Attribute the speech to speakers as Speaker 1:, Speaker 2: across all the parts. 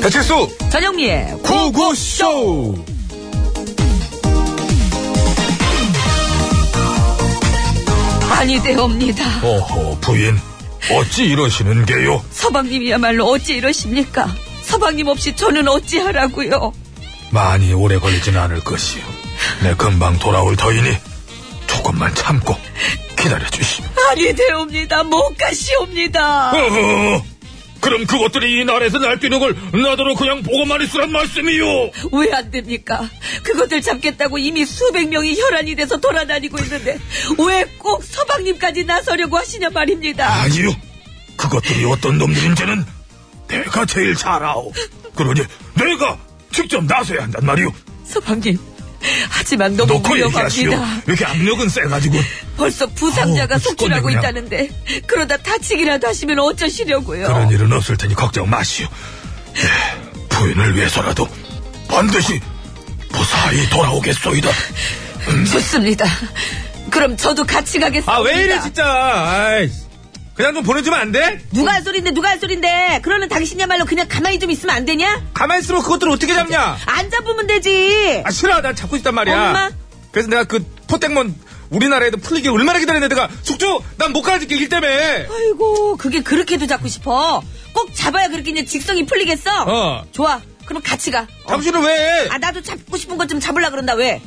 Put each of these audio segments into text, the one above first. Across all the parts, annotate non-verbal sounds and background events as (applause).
Speaker 1: 배칠수
Speaker 2: 전영미의
Speaker 1: 구구쇼
Speaker 2: 아니 되옵니다.
Speaker 1: 어허 부인 어찌 이러시는 게요
Speaker 2: 서방님이야말로 어찌 이러십니까? 서방님 없이 저는 어찌하라고요?
Speaker 1: 많이 오래 걸리진 않을 것이요 내 금방 돌아올 터이니 조금만 참고 기다려주시오
Speaker 2: 아니 되옵니다. 못 가시옵니다.
Speaker 1: 어허 그럼 그것들이 이 나라에서 날뛰는 걸 나더러 그냥 보고만 있으란 말씀이요
Speaker 2: 왜 안 됩니까? 그것들 잡겠다고 이미 수백 명이 혈안이 돼서 돌아다니고 있는데 왜 꼭 서방님까지 나서려고 하시냐 말입니다.
Speaker 1: 아니요. 그것들이 어떤 놈들인지는 내가 제일 잘 아오. 그러니 내가 직접 나서야 한단 말이오.
Speaker 2: 서방님. 하지만 너무
Speaker 1: 놓고 얘기하시오.
Speaker 2: 위험합니다.
Speaker 1: 이렇게 압력은 세가지고.
Speaker 2: 벌써 부상자가
Speaker 1: 아우, 그
Speaker 2: 속출하고
Speaker 1: 죽겠네,
Speaker 2: 있다는데 그러다 다치기라도 하시면 어쩌시려고요.
Speaker 1: 그런 일은 없을 테니 걱정 마시오. 예, 부인을 위해서라도 반드시 무사히 돌아오겠소이다.
Speaker 2: 좋습니다. 그럼 저도 같이 가겠습니다.
Speaker 3: 아, 왜 이래, 진짜. 아이, 그냥 좀 보내주면 안 돼?
Speaker 2: 누가 한 소린데 누가 한 소린데 그러는 당신이야말로 그냥 가만히 좀 있으면 안 되냐?
Speaker 3: 가만있으면 그것들을 어떻게 잡냐?
Speaker 2: 안 잡으면 되지.
Speaker 3: 아, 싫어. 난 잡고 싶단 말이야.
Speaker 2: 엄마?
Speaker 3: 그래서 내가 그 포땡몬 우리나라에도 풀리기 얼마나 기다렸는데 내가 숙주! 난 못 가질게, 일 때문에!
Speaker 2: 아이고 그게 그렇게도 잡고 싶어. 꼭 잡아야 그렇게 이제 직성이 풀리겠어.
Speaker 3: 어.
Speaker 2: 좋아. 그럼 같이 가. 어.
Speaker 3: 당신은 왜?
Speaker 2: 아 나도 잡고 싶은 것 좀 잡으려 그런다 왜?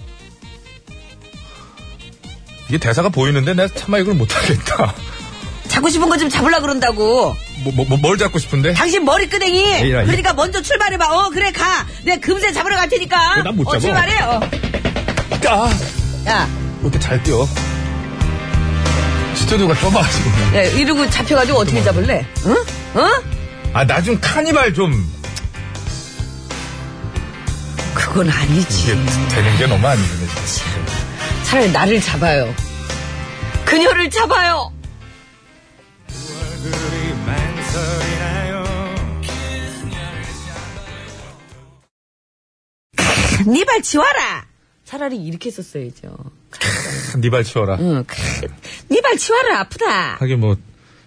Speaker 3: 이게 대사가 보이는데 내가 차마 이걸 못하겠다.
Speaker 2: 잡고 싶은 것 좀 잡으려 그런다고.
Speaker 3: 뭐, 뭐, 뭐, 뭘 잡고 싶은데?
Speaker 2: 당신 머리 끄댕이.
Speaker 3: 에이라,
Speaker 2: 그러니까 먼저 출발해봐. 어 그래 가. 내가 금세 잡으러 갈 테니까.
Speaker 3: 난못
Speaker 2: 어,
Speaker 3: 잡아.
Speaker 2: 출발해. 어.
Speaker 3: 아,
Speaker 2: 야,
Speaker 3: 왜 이렇게 잘 뛰어? 스튜디오가 좁아가지고.
Speaker 2: 야 이러고 잡혀가지고 어떻게 잡을래? 응? 어? 응?
Speaker 3: 아, 나 좀 카니발 좀.
Speaker 2: 그건 아니지.
Speaker 3: 이게 되는 게 너무 아니네, 진짜.
Speaker 2: 차라리 나를 잡아요. 그녀를 잡아요. 네 발 치워라. 차라리 이렇게 썼어야죠.
Speaker 3: 니발 치워라.
Speaker 2: 응. 네 발 치워라. 아프다.
Speaker 3: 하긴 뭐,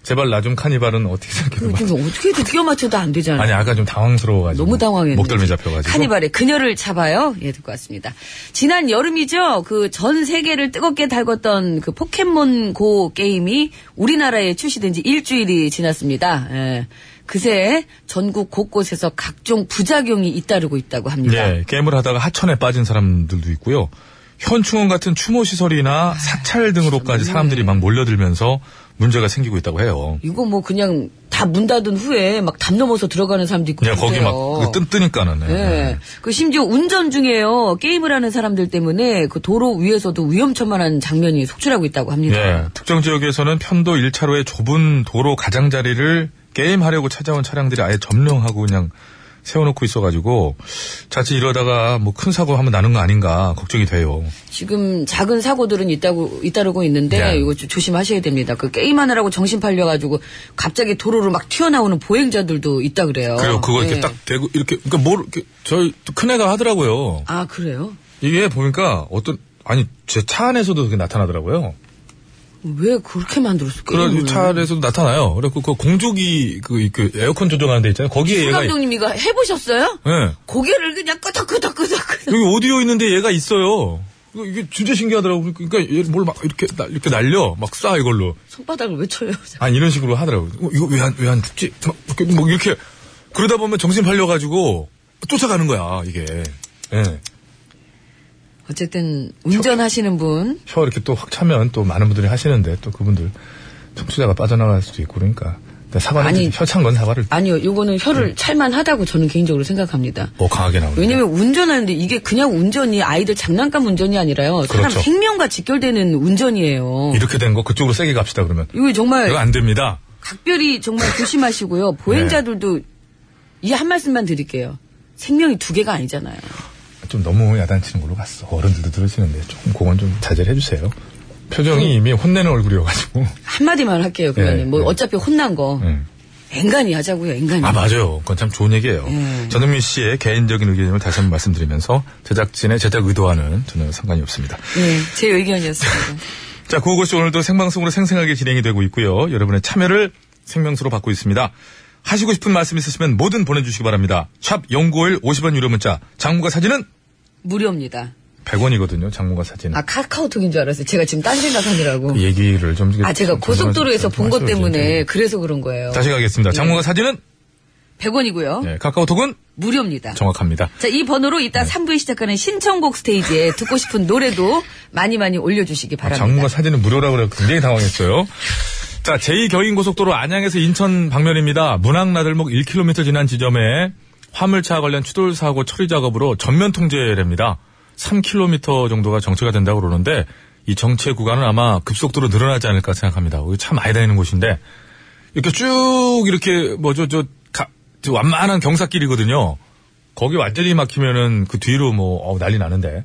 Speaker 3: 제발 나 좀 카니발은 어떻게 생각해도. 막-
Speaker 2: 요즘 어떻게 해도 뛰어 맞춰도 안 되잖아.
Speaker 3: 아니, 아까 좀 당황스러워가지고.
Speaker 2: 음. 너무 당황했는데.
Speaker 3: 목덜미 잡혀가지고.
Speaker 2: 카니발의 그녀를 잡아요. 예, 듣고 왔습니다. 지난 여름이죠. 그 전 세계를 뜨겁게 달궜던 그 포켓몬 고 게임이 우리나라에 출시된 지 일주일이 지났습니다. 예. 그새 전국 곳곳에서 각종 부작용이 잇따르고 있다고 합니다.
Speaker 3: 예, 게임을 하다가 하천에 빠진 사람들도 있고요. 현충원 같은 추모 시설이나 사찰 등으로까지 사람들이 막 몰려들면서 문제가 생기고 있다고 해요.
Speaker 2: 이거 뭐 그냥 다 문 닫은 후에 막 담 넘어서 들어가는 사람도 있고.
Speaker 3: 예, 거기 막
Speaker 2: 그래요.
Speaker 3: 그 뜸뜨니까는. 예.
Speaker 2: 예. 그 심지어 운전 중에요. 게임을 하는 사람들 때문에 그 도로 위에서도 위험천만한 장면이 속출하고 있다고 합니다.
Speaker 3: 예, 특정 지역에서는 편도 1차로의 좁은 도로 가장자리를 게임하려고 찾아온 차량들이 아예 점령하고 그냥 세워놓고 있어가지고 자칫 이러다가 뭐 큰 사고 하면 나는 거 아닌가 걱정이 돼요.
Speaker 2: 지금 작은 사고들은 있다고 잇따르고 있는데
Speaker 3: 네.
Speaker 2: 이거 좀 조심하셔야 됩니다. 그 게임하느라고 정신 팔려가지고 갑자기 도로로 막 튀어나오는 보행자들도 있다 그래요.
Speaker 3: 그래요. 그거
Speaker 2: 예.
Speaker 3: 이렇게 딱 대고 이렇게 그러니까 뭘 이렇게 저희 큰 애가 하더라고요.
Speaker 2: 아 그래요?
Speaker 3: 이게 보니까 어떤 아니 제 차 안에서도 그게 나타나더라고요.
Speaker 2: 왜 그렇게 만들었을
Speaker 3: 그런
Speaker 2: 게임을?
Speaker 3: 차 안에서도 나타나요. 그래고 그 공조기 그, 그 에어컨 조정하는 데 있잖아요. 거기에
Speaker 2: 수
Speaker 3: 얘가
Speaker 2: 감독님 이거 해보셨어요?
Speaker 3: 예.
Speaker 2: 고개를 그냥 끄덕끄덕끄덕.
Speaker 3: 여기 오디오 있는데 얘가 있어요. 이거- 이게 진짜 신기하더라고요. 그러니까 얘를 뭘 막 이렇게 날- 이렇게 날려 막 쏴 이걸로.
Speaker 2: 손바닥을 왜 쳐요? (laughs)
Speaker 3: 아니 이런 식으로 하더라고요. 어, 이거 왜 안 왜안 죽지? 막 이렇게, 뭐 이렇게 그러다 보면 정신 팔려 가지고 쫓아가는 거야, 이게. 예.
Speaker 2: 어쨌든 운전하시는 분
Speaker 3: 혀 이렇게 또 확 차면 또 많은 분들이 하시는데 또 그분들 청취자가 빠져나갈 수도 있고 그러니까 일단 사과를
Speaker 2: 아니.
Speaker 3: 좀- 혀 찬 건 사과를
Speaker 2: 아니요, 요거는 혀를 찰만하다고 저는 개인적으로 생각합니다.
Speaker 3: 뭐 강하게 나오는
Speaker 2: 왜냐면 운전하는데 이게 그냥 운전이 아이들 장난감 운전이 아니라요. 사람
Speaker 3: 그렇죠.
Speaker 2: 생명과 직결되는 운전이에요.
Speaker 3: 이렇게 된 거 그쪽으로 세게 갑시다 그러면
Speaker 2: 이거 정말
Speaker 3: 이거 안 됩니다.
Speaker 2: 각별히 정말 조심하시고요. 보행자들도 이 한 말씀만 드릴게요. 생명이 두 개가 아니잖아요.
Speaker 3: 좀 너무 야단치는 걸로 갔어. 어른들도 들으시는데 조금 그건 좀 자제를 해주세요. 표정이 이미 혼내는 얼굴이어가지고
Speaker 2: 한마디만 할게요, 그러면.
Speaker 3: 예,
Speaker 2: 뭐
Speaker 3: 예.
Speaker 2: 어차피 혼난 거.
Speaker 3: 음.
Speaker 2: 앵간히 하자고요, 앵간히.
Speaker 3: 아 맞아요. 그건 참 좋은 얘기예요.
Speaker 2: 예.
Speaker 3: 전은민 씨의 개인적인 의견임을 다시 한번 말씀드리면서 제작진의 제작 의도와는 전혀 상관이 없습니다.
Speaker 2: 네, 제 의견이었습니다.
Speaker 3: 자, 구호고쇼 오늘도 생방송으로 생생하게 진행이 되고 있고요. 여러분의 참여를 생명수로 받고 있습니다. 하시고 싶은 말씀 있으시면 뭐든 보내주시기 바랍니다. 샵 0951 50원 유료 문자. 장문과 사진은
Speaker 2: 무료입니다.
Speaker 3: 100원이거든요. 장문과 사진.
Speaker 2: 아, 카카오톡인 줄 알았어요. 제가 지금 딴 생각하느라고.
Speaker 3: 그 얘기를 좀.
Speaker 2: 아, 제가
Speaker 3: 좀
Speaker 2: 고속도로에서 본 것
Speaker 3: 말씀을
Speaker 2: 때문에
Speaker 3: 드릴게요.
Speaker 2: 그래서 그런 거예요.
Speaker 3: 다시 가겠습니다. 장문과 사진은
Speaker 2: 100원이고요.
Speaker 3: 네, 카카오톡은
Speaker 2: 무료입니다.
Speaker 3: 정확합니다.
Speaker 2: 자, 이 번호로 이따 3부에 시작하는 신청곡 스테이지에 듣고 싶은 노래도 많이 많이 올려주시기 바랍니다.
Speaker 3: 아, 장문과 사진은 무료라고 그래서 굉장히 당황했어요. 자, 제2경인고속도로 안양에서 인천 방면입니다. 문학나들목 1km 지난 지점에 화물차 관련 추돌 사고 처리 작업으로 전면 통제됩니다. 3km 정도가 정체가 된다고 그러는데 이 정체 구간은 아마 급속도로 늘어나지 않을까 생각합니다. 여기 참 많이 다니는 곳인데 이렇게 쭉 이렇게 뭐죠 저, 가- 저 완만한 경사길이거든요. 거기 완전히 막히면은 그 뒤로 뭐 어우, 난리 나는데.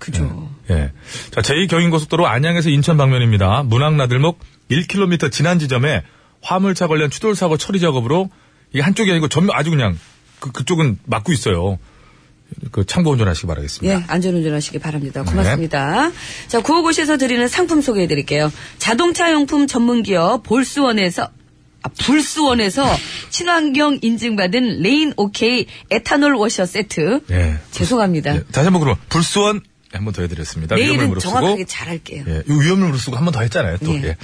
Speaker 2: 그죠.
Speaker 3: 예. 자, 제2경인고속도로 안양에서 인천 방면입니다. 문학나들목 1km 지난 지점에 화물차 관련 추돌사고 처리 작업으로 이게 한쪽이 아니고 전면 아주 그냥 그, 그쪽은 막고 있어요. 그 참고 운전하시기 바라겠습니다.
Speaker 2: 예, 안전운전 하시기 바랍니다.
Speaker 3: 네.
Speaker 2: 고맙습니다. 자, 구호고시에서 드리는 상품 소개해 드릴게요. 자동차 용품 전문 기업 볼수원에서 아, 불수원에서 친환경 인증받은 레인 오케이 에탄올 워셔 세트.
Speaker 3: 예.
Speaker 2: 죄송합니다.
Speaker 3: 예, 다시 한번 그럼 불수원 한번 더 해드렸습니다. 위험을
Speaker 2: 내일은
Speaker 3: 무릅쓰고.
Speaker 2: 정확하게 잘할게요.
Speaker 3: 예, 이 위험을 무릅쓰고 한 번 더 했잖아요. 또
Speaker 2: 예.
Speaker 3: 예.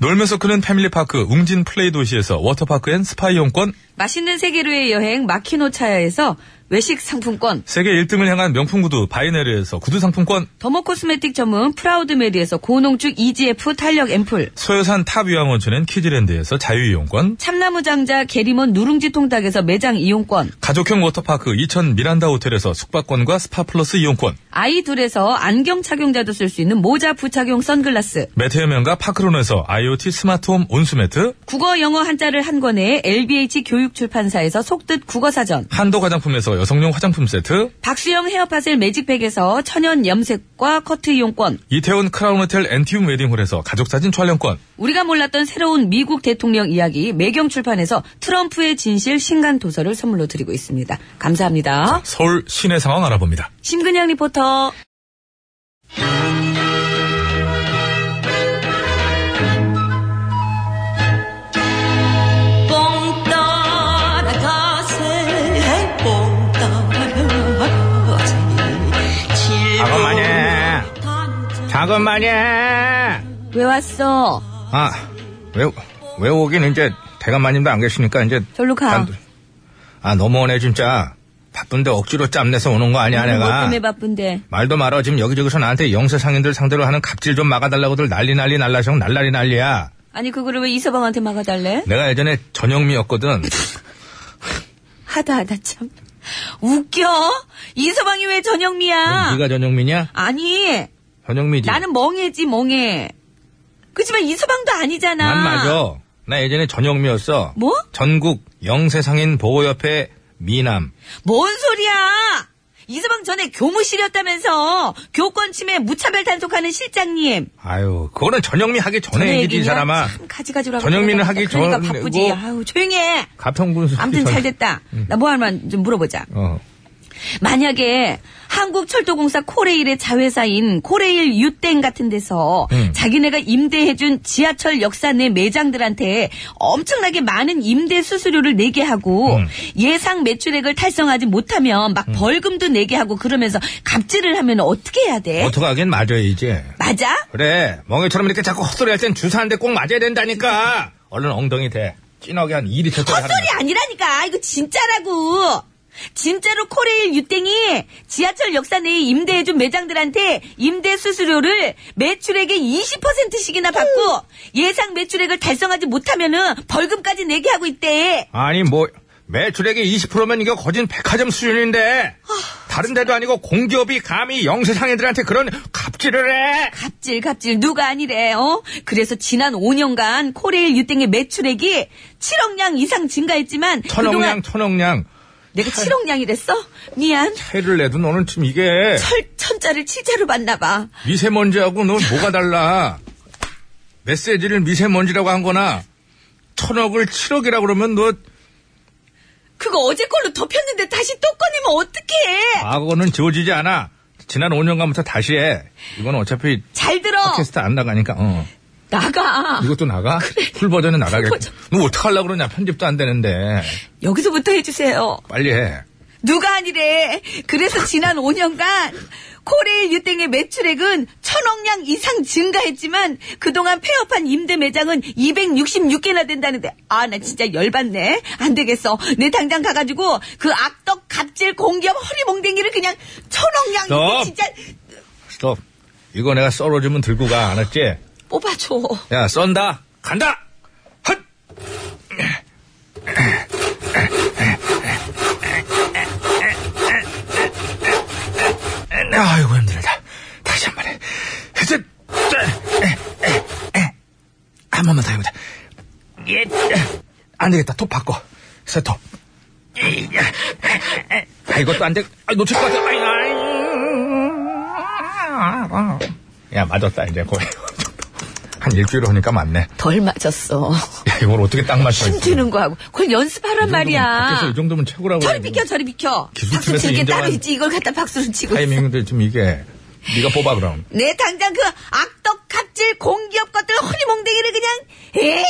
Speaker 3: 놀면서 크는 패밀리파크 웅진 플레이 도시에서 워터파크 앤 스파이용권
Speaker 2: 맛있는 세계로의 여행 마키노 차야에서 외식 상품권.
Speaker 3: 세계 1등을 향한 명품 구두 바이네르에서 구두 상품권
Speaker 2: 더모 코스메틱 전문 프라우드 메리에서 고농축 EGF 탄력 앰플.
Speaker 3: 소요산 탑 유황원천은 키즈랜드에서 자유이용권,
Speaker 2: 참나무 장자 게리몬 누룽지 통닭에서 매장 이용권.
Speaker 3: 가족형 워터파크 이천 미란다 호텔에서 숙박권과 스파 플러스 이용권,
Speaker 2: 아이 둘에서 안경 착용자도 쓸 수 있는 모자 부착용 선글라스.
Speaker 3: 메테오면과 파크론에서 IoT 스마트홈 온수매트,
Speaker 2: 국어 영어 한자를 한 권에 LBH 교육출판사에서 속뜻 국어사전.
Speaker 3: 한도 화장품에서 여성용 화장품 세트,
Speaker 2: 박수영 헤어파셀 매직백에서 천연 염색과 커트 이용권.
Speaker 3: 이태원 크라운 호텔 엔티움 웨딩홀에서 가족사진 촬영권,
Speaker 2: 우리가 몰랐던 새로운 미국 대통령 이야기 매경출판에서 트럼프의 진실 신간 도서를 선물로 드리고 있습니다. 감사합니다.
Speaker 3: 서울 시내 상황 알아봅니다.
Speaker 2: 심근양 리포터.
Speaker 4: 뽕 따라가세 뽕 따라가세
Speaker 5: 작업만 해. 작업만 해.
Speaker 2: 왜 왔어?
Speaker 5: 아, 왜, 왜 오긴 이제 대감마님도 안 계시니까 이제.
Speaker 2: 절로 가.
Speaker 5: 단둘이. 아, 너무하네, 진짜. 바쁜데 억지로 짬내서 오는 거 아니야,
Speaker 2: 뭐
Speaker 5: 내가.
Speaker 2: 때문에 바쁜데.
Speaker 5: 말도 말어. 지금 여기저기서 나한테 영세 상인들 상대로 하는 갑질 좀 막아달라고들 난리 난리 날라성 날라리 난리야.
Speaker 2: 아니 그거를 왜 이서방한테 막아달래?
Speaker 5: 내가 예전에 전영미였거든.
Speaker 2: 하다 하다 참 웃겨 이서방이 왜 전영미야
Speaker 5: 어, 네가 전영미냐?
Speaker 2: 아니
Speaker 5: 전영미지.
Speaker 2: 나는 멍해지 멍해 그치만 이서방도 아니잖아
Speaker 5: 난 맞아. 나 예전에 전영미였어.
Speaker 2: 뭐?
Speaker 5: 전국 영세상인 보호협회 미남.
Speaker 2: 뭔 소리야 이서방 전에 교무실이었다면서 교권 침해 무차별 단속하는 실장님
Speaker 5: 아유, 그거는 전영미 하기
Speaker 2: 내
Speaker 5: 전에 얘기지, 이
Speaker 2: 얘기냐?
Speaker 5: 사람아.
Speaker 2: 참 가지가지라고
Speaker 5: 전영미는 하기 뭐.
Speaker 2: 그러니까
Speaker 5: 전이고.
Speaker 2: 바쁘지 아유
Speaker 5: (laughs)
Speaker 2: 조용해
Speaker 5: 가평군 수지
Speaker 2: 아무튼 잘 됐다
Speaker 5: 음.
Speaker 2: 나 뭐 하나만 좀 물어보자
Speaker 5: 어.
Speaker 2: 만약에 한국철도공사 코레일의 자회사인 코레일 유땡 같은 데서
Speaker 5: 음.
Speaker 2: 자기네가 임대해준 지하철 역사 내 매장들한테 엄청나게 많은 임대 수수료를 내게 하고
Speaker 5: 음.
Speaker 2: 예상 매출액을 달성하지 못하면 막 벌금도 내게 하고 그러면서 갑질을 하면 어떻게 해야 돼?
Speaker 5: 어떻게 하긴 맞아야지.
Speaker 2: 맞아?
Speaker 5: 그래, 멍해처럼 이렇게 자꾸 헛소리 할 땐 주사한데 꼭 맞아야 된다니까. 얼른 엉덩이 대. 진하게 한 2리 쳤다.
Speaker 2: 헛소리 아니라니까 이거 진짜라고 진짜로 코레일 유땡이 지하철 역사 내에 임대해준 매장들한테 임대 수수료를 매출액의 20%씩이나 받고 예상 매출액을 달성하지 못하면은 벌금까지 내게 하고 있대.
Speaker 5: 아니, 뭐, 매출액이 20%면 이거 거진 백화점 수준인데. 다른 데도 아니고 공기업이 감히 영세상인들한테 그런 갑질을 해.
Speaker 2: 갑질 갑질 누가 아니래 어 그래서 지난 5년간 코레일 유땡의 매출액이 7억량 이상 증가했지만
Speaker 5: 천억량, 천억량.
Speaker 2: 내가 7억량이랬어 미안
Speaker 5: 해를 내도 너는 지금 이게
Speaker 2: 철 천자를 칠자로 봤나 봐
Speaker 5: 미세먼지하고 넌 뭐가 달라? 메시지를 미세먼지라고 한 거나 천억을 칠억이라고 그러면 너
Speaker 2: 그거 어제 걸로 덮였는데 다시 또 꺼내면
Speaker 3: 아.
Speaker 2: 어떡해!
Speaker 5: 과거는 지워지지 않아. 지난 5년간부터 다시 해. 이건 어차피
Speaker 2: 잘 들어!
Speaker 5: 팟캐스트 안 나가니까. 어.
Speaker 2: 나가.
Speaker 6: 이것도 나가? 풀 버전은 나가겠다. 너 어떡하려고 그러냐. 편집도 안 되는데.
Speaker 2: 여기서부터 해주세요.
Speaker 6: 빨리 해.
Speaker 2: 누가 아니래. 그래서 지난 5년간 코레일 유땡의 매출액은 천억량 이상 증가했지만 그동안 폐업한 임대 매장은 266개나 된다는데 아 나 진짜 열받네. 안 되겠어. 내 당장 가가지고 그 악덕 갑질 공기업 허리몽댕이를 그냥 천억량 이거
Speaker 6: 스톱.
Speaker 2: 진짜
Speaker 6: 스톱. 이거 내가 썰어주면 들고 가. 알았지?
Speaker 2: 뽑아줘.
Speaker 6: 야, 썬다. 간다. 헛. 아이고 힘들다. 다시 한 번 해. 셋. 한 번만 더 해보자. 예. 안 되겠다. 톱 바꿔. 새 톱. 아 이것도 안 돼. 아 놓칠 것 같아. 아이, 아이. 야 맞았다 이제 거의. 한 일주일 하니까 맞네.
Speaker 2: 덜 맞았어.
Speaker 6: 야, 이걸 어떻게 딱 맞춰?
Speaker 2: 힘주는 거하고 그걸 연습하란
Speaker 6: 그래서 이
Speaker 2: 말이야.
Speaker 6: 정도면 최고라고.
Speaker 2: 저리
Speaker 6: 해야지.
Speaker 2: 비켜 저리 비켜.
Speaker 6: 기술팀에서
Speaker 2: 박수 칠게 따로
Speaker 6: 인정한
Speaker 2: 있지 이걸 갖다 박수를 치고 있어.
Speaker 6: 타이밍들 좀 이게 네가 뽑아 그럼.
Speaker 2: 내 당장 그 악덕 갑질 공기업 것들 허리몽댕이를 그냥 에이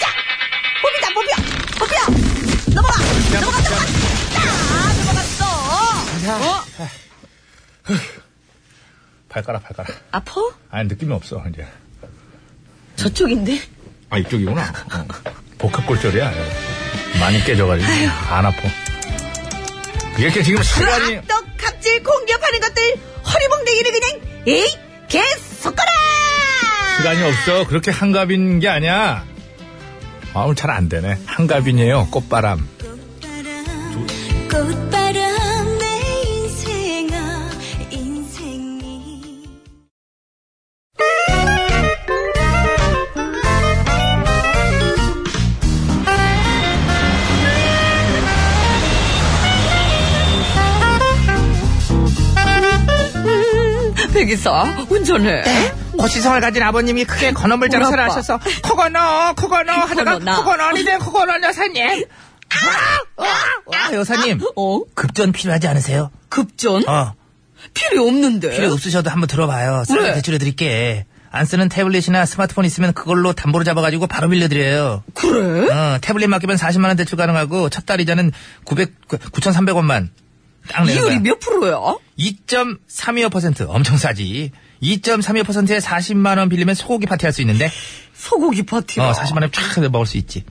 Speaker 2: 자 뽑히다 뽑혀 뽑혀 넘어가 넘어가 넘어가 자 넘어갔어 어?
Speaker 6: 발가락 발가락.
Speaker 2: 아파?
Speaker 6: 아니 느낌이 없어 이제.
Speaker 2: 저쪽인데
Speaker 6: 아 이쪽이구나. 어. 복합 골절이야. 많이 깨져가지고 안 아파. 이렇게 지금
Speaker 2: 그
Speaker 6: 시간이
Speaker 2: 악덕 갑질 공기업 하는 것들 허리몽댕이를 그냥 에이 개속거라
Speaker 6: 시간이 없어. 그렇게 한갑인 게 아니야. 아 오늘 잘 안 되네. 한갑인이에요. 꽃바람.
Speaker 7: 꽃바람 내 인생아 인생이
Speaker 2: 백이사 운전해
Speaker 6: 고시성을 가진 아버님이 크게 건어물
Speaker 2: 장사를 우리 아빠. 하셔서
Speaker 6: 코건어 코건어
Speaker 2: 하다가 코건어, 나.
Speaker 6: 코건어니네 코건어 여사님. 아 여사님
Speaker 2: 어
Speaker 3: 급전 필요하지 않으세요?
Speaker 2: 급전
Speaker 3: 어.
Speaker 2: 필요 없는데
Speaker 3: 필요 없으셔도 한번 들어봐요. 싸게
Speaker 2: 그래.
Speaker 3: 대출해드릴게. 안 쓰는 태블릿이나 스마트폰 있으면 그걸로 담보로 잡아가지고 바로 빌려드려요.
Speaker 2: 그래
Speaker 3: 어, 태블릿 맡기면 40만원 대출 가능하고 첫 달 이자는 900, 9,300원만 딱 내는 거야.
Speaker 2: 이율이 몇 프로야?
Speaker 3: 2.325% 엄청 싸지. 2.325%에 40만원 빌리면 소고기 파티할 수 있는데
Speaker 2: 소고기 파티야
Speaker 3: 어, 40만원 쫙 먹을 수 있지.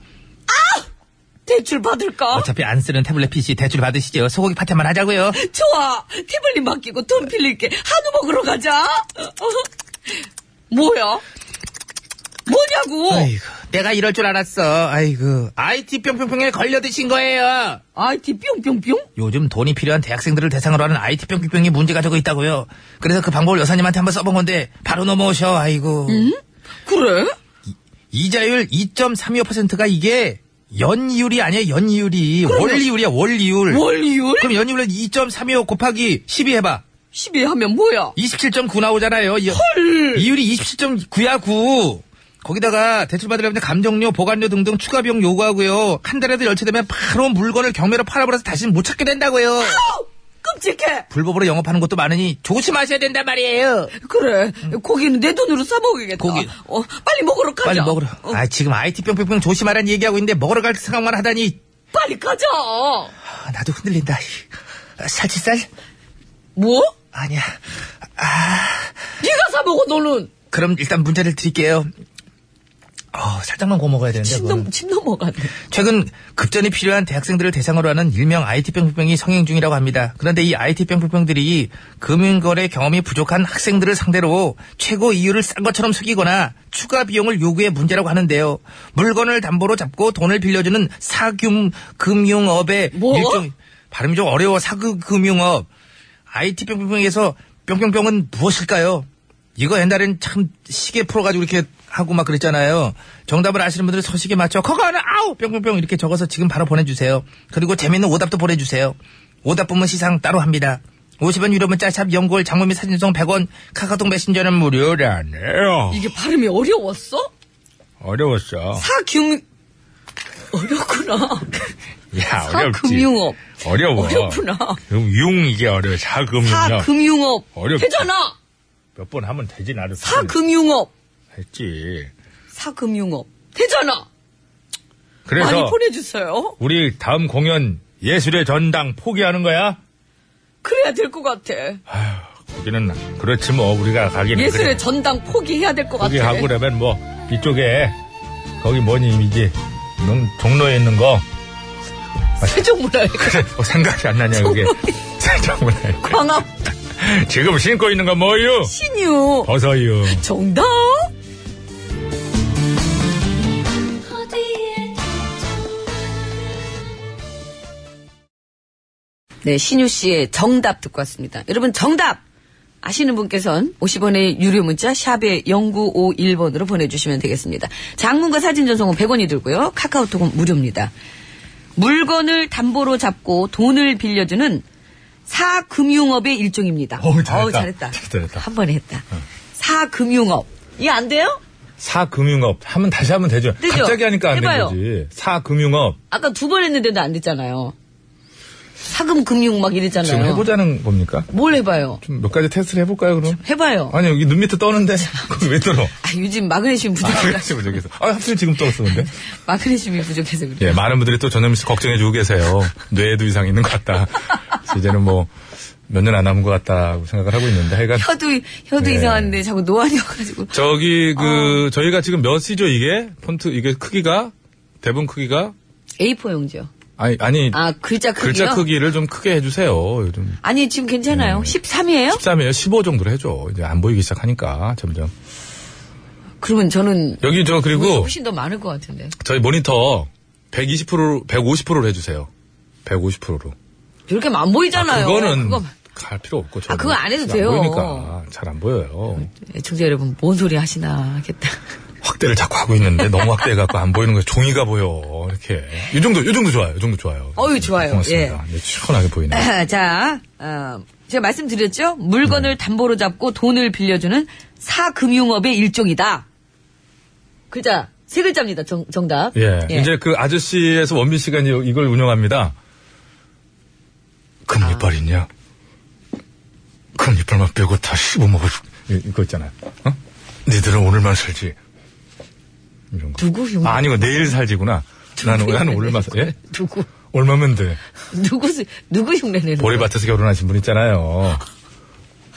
Speaker 2: 대출 받을까?
Speaker 3: 어차피 안 쓰는 태블릿 PC 대출 받으시죠. 소고기 파티 한번 하자고요.
Speaker 2: 좋아. 태블릿 맡기고 돈 빌릴게. 한우 먹으러 가자. 뭐야? 뭐냐고?
Speaker 3: 아이고, 내가 이럴 줄 알았어. 아이고, IT 뿅뿅뿅에 걸려드신 거예요.
Speaker 2: 아이티 뿅뿅뿅?
Speaker 3: 요즘 돈이 필요한 대학생들을 대상으로 하는 IT 뿅뿅뿅이 문제가 되고 있다고요. 그래서 그 방법을 여사님한테 한번 써본 건데 바로 넘어오셔. 아이고.
Speaker 2: 음. 그래?
Speaker 3: 이자율 2.35%가 이게 연이율이 아니야 연이율이 월이율이야 월이율.
Speaker 4: 뭐?
Speaker 2: 월이율?
Speaker 3: 그럼 연이율을 2.35 곱하기 12 해봐.
Speaker 2: 12 하면 뭐야?
Speaker 3: 27.9 나오잖아요. 이- 이율이 27.9야 9. 거기다가 대출 받으려면 감정료, 보관료 등등 추가 비용 요구하고요. 한 달에도 열차되면 바로 물건을 경매로 팔아버려서 다시는 못 찾게 된다고요.
Speaker 2: 아우, 끔찍해.
Speaker 3: 불법으로 영업하는 것도 많으니 조심하셔야 된단 말이에요.
Speaker 2: 그래. 고기는 내 돈으로 사먹어야겠다.
Speaker 3: 고기.
Speaker 2: 어, 빨리 먹으러 가자.
Speaker 3: 빨리 먹으러.
Speaker 2: 어,
Speaker 3: 아 지금 IT 뿅뿅뿅 조심하라는 얘기하고 있는데 먹으러 갈 생각만 하다니
Speaker 2: 빨리 가자.
Speaker 3: 아, 나도 흔들린다. 아, 살치살?
Speaker 2: 뭐?
Speaker 3: 아니야.
Speaker 2: 네가 사먹어, 너는.
Speaker 3: 그럼 일단 문제를 드릴게요. 어, 살짝만 구워 먹어야 되는데.
Speaker 2: 침,
Speaker 3: 그거는.
Speaker 2: 넘, 침 넘어가네.
Speaker 3: 최근 급전이 필요한 대학생들을 대상으로 하는 일명 IT 뺑뺑이 성행 중이라고 합니다. 그런데 이 IT 뺑뺑들이 금융거래 경험이 부족한 학생들을 상대로 최고 이율을 싼 것처럼 속이거나 추가 비용을 요구해 문제라고 하는데요. 물건을 담보로 잡고 돈을 빌려주는 사금 금융업의
Speaker 2: 뭐?
Speaker 3: 일종 발음이 좀 어려워 사금 금융업 IT 뺑뺑에서 뿅뿅뿅은 무엇일까요? 이거 옛날엔 참 시계 풀어가지고 이렇게 하고 막 그랬잖아요. 정답을 아시는 분들은 서식에 맞춰 그거는 아우 뿅뿅뿅 이렇게 적어서 지금 바로 보내주세요. 그리고 재밌는 오답도 보내주세요. 오답 부문 시상 따로 합니다. 50원 유료 문자 샵 연골 장모 및 사진 송 100원 카카오톡 메신저는 무료라네요.
Speaker 2: 이게 발음이 어려웠어?
Speaker 6: 어려웠어.
Speaker 2: 사균, 어렵구나.
Speaker 5: 아,
Speaker 6: 야 어렵지.
Speaker 2: 사금융업.
Speaker 5: 뭐?
Speaker 6: 어려워.
Speaker 2: 어렵구나.
Speaker 6: 그럼 융 이게 어려워. 사금융.
Speaker 2: 사금융업.
Speaker 6: 어렵다.
Speaker 2: 되잖아.
Speaker 6: 몇번 하면 되지 나를.
Speaker 2: 사금융업.
Speaker 5: 했지.
Speaker 2: 사금융업. 되잖아!
Speaker 5: 그래서
Speaker 2: 많이 보내주세요.
Speaker 5: 우리 다음 공연 예술의 전당 포기하는 거야?
Speaker 2: 그래야 될 것 같아.
Speaker 5: 거기는 그렇지 뭐 우리가 가기는
Speaker 2: 예술의
Speaker 5: 그래.
Speaker 2: 전당 포기해야 될 것 같아.
Speaker 5: 거기 하고 그러면 뭐 이쪽에 거기 뭐니 이미지 넌 종로에 있는 거
Speaker 2: 세종문화에
Speaker 5: 그래 뭐 생각이 안 나냐 그게 (laughs) 정말
Speaker 2: (laughs) 광합
Speaker 5: 지금 신고 있는 거 뭐유?
Speaker 2: 신유
Speaker 5: 벗어유.
Speaker 2: 정답.
Speaker 4: 어디에
Speaker 2: 네, 신유 씨의 정답 듣고 왔습니다. 여러분 정답 아시는 분께선 50원의 유료 문자 샵에 0951번으로 보내주시면 되겠습니다. 장문과 사진 전송은 100원이 들고요. 카카오톡은 무료입니다. 물건을 담보로 잡고 돈을 빌려주는 사금융업의 일종입니다.
Speaker 5: 어우, 잘했다.
Speaker 2: 어우, 잘했다.
Speaker 5: 잘했다, 어. 잘했다.
Speaker 2: 한 번에 했다. 사금융업. 이게 안 돼요?
Speaker 5: 사금융업 하면 다시 하면 되죠.
Speaker 2: 되죠?
Speaker 5: 갑자기 하니까 안 된
Speaker 2: 해봐요.
Speaker 5: 거지. 사금융업
Speaker 2: 아까 두 번 했는데도 안 됐잖아요. 사금 금융 막 이랬잖아요.
Speaker 5: 지금 해보자는 겁니까?
Speaker 2: 뭘 해봐요?
Speaker 5: 좀 몇 가지 테스트를 해볼까요 그럼?
Speaker 2: 해봐요.
Speaker 5: 아니 여기 눈 밑에
Speaker 2: (laughs)
Speaker 5: 떠는데 그거 왜 떠?
Speaker 2: 아, 요즘 마그네슘 부족해.
Speaker 5: 그래서 저기서 아 하필 지금 떠었어 근데.
Speaker 2: 마그네슘이 부족해서 그래.
Speaker 5: 예, 많은 분들이 또 전현미 씨 걱정해주고 계세요. 뇌에도 이상 있는 것 같다. 그래서 이제는 뭐, 몇 년 안 남은 것 같다고 생각을 하고 있는데, 하여간.
Speaker 2: 혀도 혀도
Speaker 5: 네.
Speaker 2: 이상한데 자꾸 노안이어가지고.
Speaker 3: 저기 그
Speaker 2: 아.
Speaker 3: 저희가 지금 몇 시죠 이게 폰트 이게 크기가 대본 크기가
Speaker 2: A4 용지요.
Speaker 3: 아니 아니
Speaker 2: 아 글자 크기요.
Speaker 3: 글자 크기를 네. 좀 크게 해주세요. 요즘
Speaker 2: 아니 지금 괜찮아요. 13이에요?
Speaker 3: 13이에요. 15 정도로 해줘. 이제 안 보이기 시작하니까 점점.
Speaker 2: 그러면 저는
Speaker 3: 여기 저 그리고
Speaker 2: 훨씬 더 많을 것 같은데.
Speaker 3: 저희 모니터 120%로 150%로 해주세요. 150%로.
Speaker 2: 이렇게 하면 안 보이잖아요.
Speaker 3: 그거는
Speaker 2: 그거-
Speaker 3: 갈 필요 없고.
Speaker 2: 아, 그거 안 해도
Speaker 3: 잘
Speaker 2: 돼요.
Speaker 3: 안 보이니까 잘 안 보여요.
Speaker 2: 네, 애청자 여러분 뭔 소리 하시나 하겠다. (laughs)
Speaker 3: 확대를 자꾸 하고 있는데 너무 확대해갖고 안 보이는 거예요. 종이가 보여. 이렇게. 이 정도, 이 정도 좋아요. 이 정도 좋아요.
Speaker 2: 어유, 좋아요. 예.
Speaker 3: 고맙습니다. 네, 시원하게 보이네.
Speaker 2: (laughs) 자, 어, 제가 말씀드렸죠?
Speaker 3: 네.
Speaker 2: 물건을 담보로 잡고 돈을 빌려주는 사금융업의 일종이다. 글자, 세 글자입니다. 정, 정답.
Speaker 3: 예. 이제 그 아저씨에서 원빈 씨가 이제 이걸 운영합니다.
Speaker 2: 아.
Speaker 3: 금리빨 있냐? 금리빨만 빼고 다 씹어 먹을 수- 이- 이거 있잖아요. 어? 니들은 오늘만 살지. 이런 거.
Speaker 2: 누구 흉?
Speaker 3: 아, 아니고 내일 살지구나. 나는 나는
Speaker 2: (laughs)
Speaker 3: 오늘만 살. 예?
Speaker 2: 누구
Speaker 3: 얼마면 돼?
Speaker 2: 누구 누구 흉내내는 거야?
Speaker 3: 보리밭에서 결혼하신 분 있잖아요.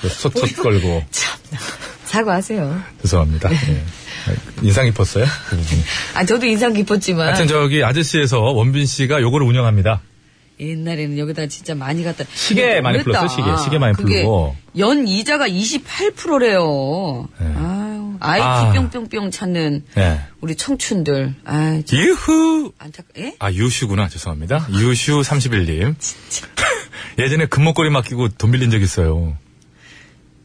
Speaker 3: 그 소첫 걸고
Speaker 2: 참 사과하세요.
Speaker 3: 죄송합니다. 예. 인상 깊었어요. 그 부분이.
Speaker 2: 아 저도 인상 깊었지만
Speaker 3: 하여튼 저기 아저씨에서 원빈 씨가 요거를 운영합니다.
Speaker 2: 옛날에는 여기다 진짜 많이 갖다
Speaker 3: 시계 많이
Speaker 2: 그랬다.
Speaker 3: 불렀어요, 시계. 시계 많이
Speaker 2: 그게
Speaker 3: 불르고. 네.
Speaker 2: 연 이자가 28%래요. 아유
Speaker 3: 아.
Speaker 2: IT 뿅뿅뿅 찾는
Speaker 3: 예.
Speaker 2: 우리 청춘들. 아 참.
Speaker 3: 유후
Speaker 2: 안타까. 예?
Speaker 3: 아, 유슈구나. 죄송합니다. 유슈 31님. (laughs) 예전에 금목걸이 맡기고 돈 빌린 적 있어요.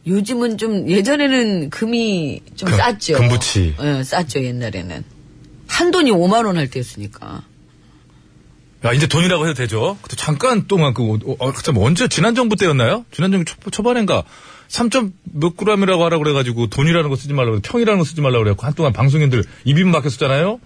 Speaker 2: 요즘은 좀 예전에는 금이 좀
Speaker 3: 금,
Speaker 2: 쌌죠.
Speaker 3: 금붙이.
Speaker 2: 예, 쌌죠 옛날에는 한 돈이 5만 원 할 때였으니까.
Speaker 3: 야, 이제 돈이라고 해도 되죠? 그때 잠깐 동안 그, 어, 어, 참, 언제, 지난 정부 때였나요? 지난 정부 초, 초반인가? 3점 몇 그램이라고 하라고 그래가지고 돈이라는 거 쓰지 말라고 그래. 평이라는 거 쓰지 말라고 그래갖고 한동안 방송인들 입입 막혔었잖아요?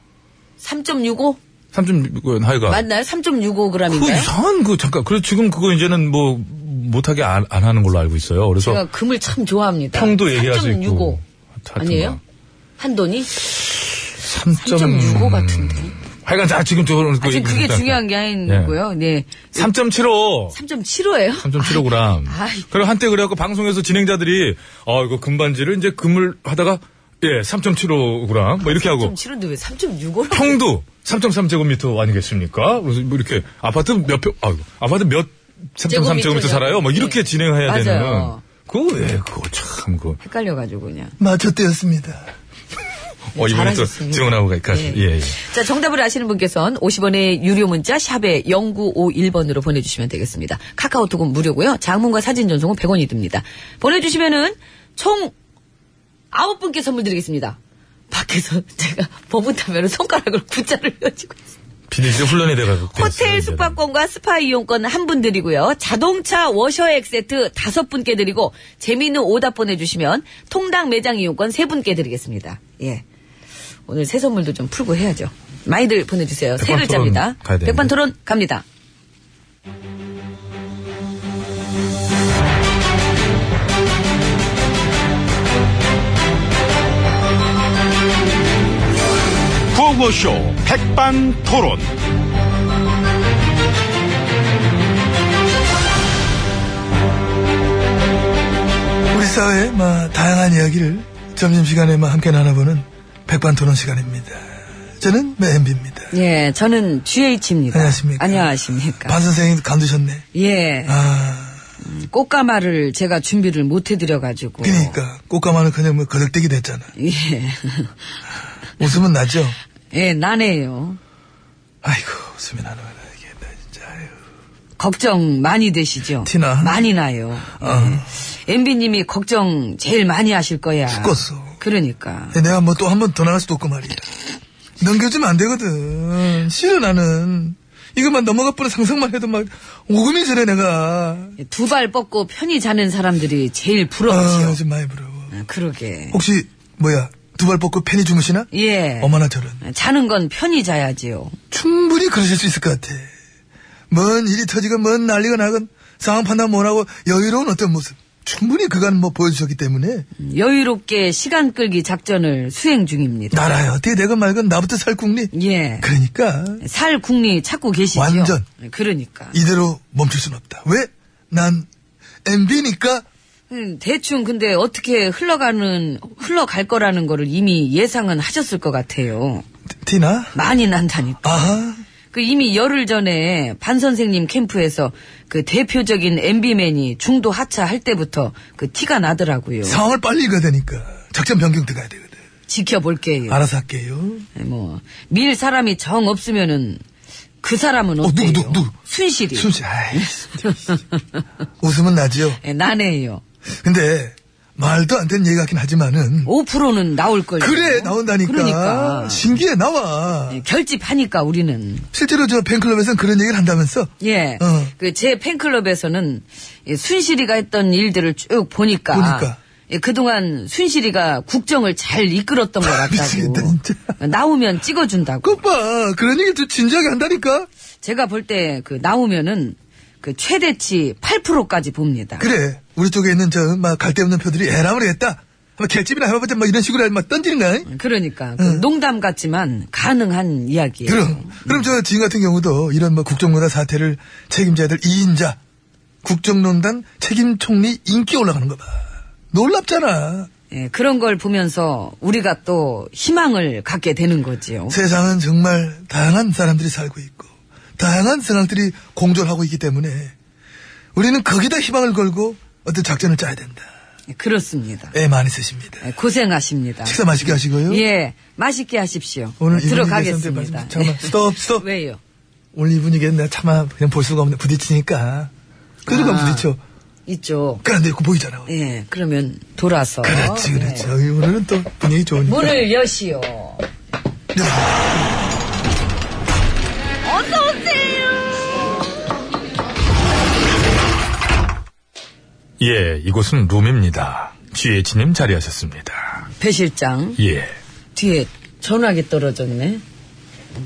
Speaker 2: 3.65
Speaker 3: 어. 3점, 그 하여가.
Speaker 2: 맞나요? 네. 3.65g인가요?
Speaker 3: 그 이상한 그, 잠깐. 그래, 지금 그거 이제는 뭐, 못하게 안, 안 하는 걸로 알고 있어요. 그래서
Speaker 2: 제가 금을 참 좋아합니다.
Speaker 3: 평도 얘기할 수 있고.
Speaker 2: 3.65 아니에요? 한돈이 3.65
Speaker 3: 3.65
Speaker 2: 같은데.
Speaker 3: 음. 하여간 자 지금 저
Speaker 2: 아, 지금 그게
Speaker 3: 그러니까.
Speaker 2: 중요한 게 아니고요.
Speaker 3: 예.
Speaker 2: 네.
Speaker 3: 3.75.
Speaker 2: 3.75예요?
Speaker 3: 3.75g.
Speaker 2: 아, 아.
Speaker 3: 그리고 한때 그래갖고 방송에서 진행자들이 아 이거 금반지를 이제 금을 하다가 예 3.75g 뭐 이렇게 하고
Speaker 2: 3.75인데 왜 3.65라고?
Speaker 3: 평도 3.3제곱미터 아니겠습니까? 그래서 뭐 이렇게 아파트 몇 평, 아이고, 아파트 몇 3.3제곱미터
Speaker 2: 제곱미터냐고.
Speaker 3: 살아요? 뭐 이렇게
Speaker 2: 네.
Speaker 3: 진행해야
Speaker 2: 맞아요.
Speaker 3: 되는. 그거 왜 그거 참 그거.
Speaker 2: 헷갈려가지고 그냥.
Speaker 3: 어 이번에 또
Speaker 2: 잘하셨습니다.
Speaker 3: 지원하고 가니까
Speaker 2: 네.
Speaker 3: 예 예.
Speaker 2: 자, 정답을 아시는 분께서는 50원의 유료 문자 샵에 0951번으로 보내주시면 되겠습니다. 카카오톡은 무료고요. 장문과 사진 전송은 100원이 듭니다. 보내주시면은 총 9분께 선물 드리겠습니다. 밖에서 (laughs) 제가 버뭇하면 손가락으로 (laughs) 구자를 가지고
Speaker 3: 비닐이 훈련이 돼가지고. 됐어요,
Speaker 2: 호텔
Speaker 3: 이제는.
Speaker 2: 숙박권과 스파 이용권 한 분 드리고요. 자동차 워셔액 세트 다섯 분께 드리고 재미있는 오답 보내주시면 통당 매장 이용권 세 분께 드리겠습니다. 예. 오늘 새 선물도 좀 풀고 해야죠. 많이들 보내주세요. 세
Speaker 3: 백반
Speaker 2: 글자입니다.
Speaker 3: 토론 가야 되는데.
Speaker 2: 백반 토론 갑니다.
Speaker 8: 구호쇼 백반 토론.
Speaker 9: 우리 사회의 마, 다양한 이야기를 점심시간에 마, 함께 나눠보는 백반토론 시간입니다. 저는 매엠비입니다.
Speaker 2: 예, 저는 GH입니다.
Speaker 9: 안녕하십니까.
Speaker 2: 안녕하십니까.
Speaker 9: 반 선생님 간두셨네.
Speaker 2: 예,
Speaker 9: 아,
Speaker 2: 꽃가마를 제가 준비를 못 해드려가지고.
Speaker 9: 그러니까 꽃가마는 그냥 뭐 거덕대기 됐잖아.
Speaker 2: 예,
Speaker 9: 웃으면 나죠.
Speaker 2: 예, 난해요.
Speaker 9: 아이고 웃음이 나는 거다 이게 나 진짜. 아유.
Speaker 2: 걱정 많이 되시죠?
Speaker 9: 티나?
Speaker 2: 많이 나요. 엠비님이 걱정 제일 많이 하실 거야.
Speaker 9: 죽겠어.
Speaker 2: 그러니까.
Speaker 9: 내가 뭐 또 한 번 더 나갈 수도 없고 말이야. 넘겨주면 안 되거든. 싫어 나는. 이것만 넘어가 버려 상상만 해도 막 오금이 저래 내가.
Speaker 2: 두 발 뻗고 편히 자는 사람들이 제일
Speaker 9: 아,
Speaker 2: 부럽죠.
Speaker 9: 좀 많이 부러워.
Speaker 2: 아, 그러게.
Speaker 9: 혹시 뭐야 두 발 뻗고 팬이 주무시나?
Speaker 2: 예.
Speaker 9: 어머나 저런.
Speaker 2: 자는 건 편히 자야지요.
Speaker 9: 충분히 그러실 수 있을 것 같아. 뭔 일이 터지건 뭔 난리가 나건 상황 판단 못하고 여유로운 어떤 모습. 충분히 그간 뭐 보여주셨기
Speaker 2: 예.
Speaker 9: 때문에
Speaker 2: 여유롭게 시간 끌기 작전을 수행 중입니다.
Speaker 9: 나라야 어떻게 되건 말건 나부터 살 궁리.
Speaker 2: 예.
Speaker 9: 그러니까
Speaker 2: 살 국리 찾고 계시죠?
Speaker 9: 완전.
Speaker 2: 그러니까.
Speaker 9: 이대로 멈출 순 없다. 왜? 난 MB니까
Speaker 2: 음, 대충 근데 어떻게 흘러가는, 흘러갈 거라는 거를 이미 예상은 하셨을 것 같아요.
Speaker 9: 티나?
Speaker 2: 많이 난다니까.
Speaker 9: 아하.
Speaker 2: 그 이미 열흘 전에 반 선생님 캠프에서 그 대표적인 MB맨이 중도 하차 할 때부터 그 티가 나더라고요.
Speaker 9: 상황을 빨리 읽어야 되니까 작전 변경 들어가야 되거든.
Speaker 2: 지켜볼게요.
Speaker 9: 알아서 할게요.
Speaker 2: 뭐, 밀 사람이 정 없으면은 그 사람은
Speaker 9: 어,
Speaker 2: 어때요?
Speaker 9: 누구, 누구, 누구?
Speaker 2: 순실이.
Speaker 9: 숨쉬. 아이, 웃음은 나지요.
Speaker 2: 예, 나네요.
Speaker 9: 근데 말도 안 되는 얘기 같긴 하지만은
Speaker 2: 5%는 나올걸요.
Speaker 9: 그래 나온다니까.
Speaker 2: 그러니까.
Speaker 9: 신기해 나와.
Speaker 2: 예, 결집하니까 우리는.
Speaker 9: 실제로 저 팬클럽에서는 그런 얘기를 한다면서.
Speaker 2: 예.
Speaker 9: 어.
Speaker 2: 그 제 팬클럽에서는 예, 순실이가 했던 일들을 쭉 보니까.
Speaker 9: 보니까.
Speaker 2: 예, 그동안 순실이가 국정을 잘 이끌었던 것 같다고.
Speaker 9: 아, 미치겠다, 진짜.
Speaker 2: 나오면 찍어준다고.
Speaker 9: 그것 봐 그런 얘기 좀 진지하게 한다니까.
Speaker 2: 제가 볼 때 그 나오면은 그 최대치 8%까지 봅니다.
Speaker 9: 그래 우리 쪽에 있는 저 막 갈데 없는 표들이 애람을 했다. 뭐 개집이나 해보자 막 이런 식으로 막 던지는 거야.
Speaker 2: 그러니까 그 농담 같지만 가능한 이야기예요.
Speaker 9: 그럼 그럼 저 지인 같은 경우도 이런 뭐 국정농단 사태를 책임져야 될 2인자 국정농단 책임 총리 인기 올라가는 거 봐. 놀랍잖아.
Speaker 2: 예, 그런 걸 보면서 우리가 또 희망을 갖게 되는 거지요.
Speaker 9: 세상은 정말 다양한 사람들이 살고 있고 다양한 생각들이 공존하고 있기 때문에 우리는 거기다 희망을 걸고 어떤 작전을 짜야 된다.
Speaker 2: 예, 그렇습니다.
Speaker 9: 애 많이 쓰십니다.
Speaker 2: 예, 고생하십니다.
Speaker 9: 식사 맛있게 하시고요.
Speaker 2: 예, 맛있게 하십시오.
Speaker 9: 오늘
Speaker 2: 예,
Speaker 9: 이 분위기에서는
Speaker 2: 들어가겠습니다. 네.
Speaker 9: 말씀- 잠깐만 스톱
Speaker 2: (laughs)
Speaker 9: 스톱.
Speaker 2: 왜요?
Speaker 9: 오늘 이 분위기는 내가 차마 그냥 볼 수가 없네 부딪히니까. 그러니까
Speaker 2: 아.
Speaker 9: 부딪혀.
Speaker 2: 이쪽.
Speaker 9: 그런데 이거 보이잖아.
Speaker 2: 예, 그러면 돌아서.
Speaker 9: 그렇지 그렇지.
Speaker 2: 예.
Speaker 9: 어, 오늘은 또 분위기 좋으니까.
Speaker 2: 문을 여시오.
Speaker 9: 야,
Speaker 3: 예, 이곳은 룸입니다. GH님 자리하셨습니다.
Speaker 2: 배 실장.
Speaker 3: 예.
Speaker 2: 뒤에 전화기 떨어졌네.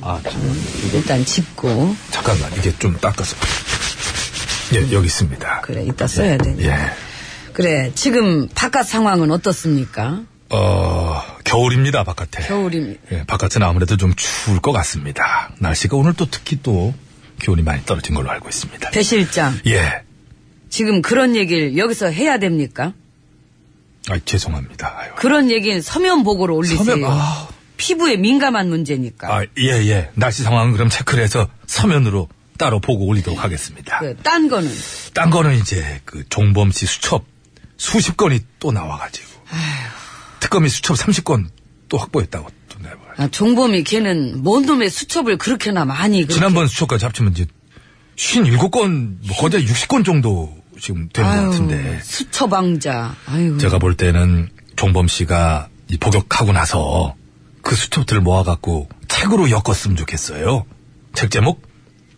Speaker 3: 아, 잠깐만.
Speaker 2: 일단 짚고.
Speaker 3: 잠깐만. 이게 좀 닦아서. 예, 여기 있습니다.
Speaker 2: 그래, 이따 써야 되니.
Speaker 3: 예.
Speaker 2: 그래, 지금 바깥 상황은 어떻습니까?
Speaker 3: 어, 겨울입니다, 바깥에.
Speaker 2: 겨울이
Speaker 3: 예, 바깥은 아무래도 좀 추울 것 같습니다. 날씨가 오늘 또 특히 또 기온이 많이 떨어진 걸로 알고 있습니다.
Speaker 2: 배 실장
Speaker 3: 예.
Speaker 2: 지금 그런 얘기를 여기서 해야 됩니까?
Speaker 3: 아, 죄송합니다. 아유.
Speaker 2: 그런 얘기는 서면 보고로 올리세요.
Speaker 3: 서면, 아.
Speaker 2: 피부에 민감한 문제니까.
Speaker 3: 아, 예, 예. 날씨 상황은 그럼 체크를 해서 서면으로 따로 보고 올리도록 하겠습니다.
Speaker 2: 그, 딴 거는
Speaker 3: 딴 거는 이제 그 종범 씨 수첩 수십 건이 또 나와가지고. 특검이 수첩 30건 또 확보했다고 또 내버려.
Speaker 2: 아, 종범이 걔는 뭔 놈의 수첩을 그렇게나 많이 그렇게-
Speaker 3: 지난번 수첩까지 합치면 이제 57건, 뭐 거의 60건 정도 지금 되는
Speaker 2: 아유,
Speaker 3: 것 같은데.
Speaker 2: 수처방자. 아유.
Speaker 3: 제가 볼 때는 종범 씨가 이 복역하고 나서 그 수첩들을 모아갖고 책으로 엮었으면 좋겠어요. 책 제목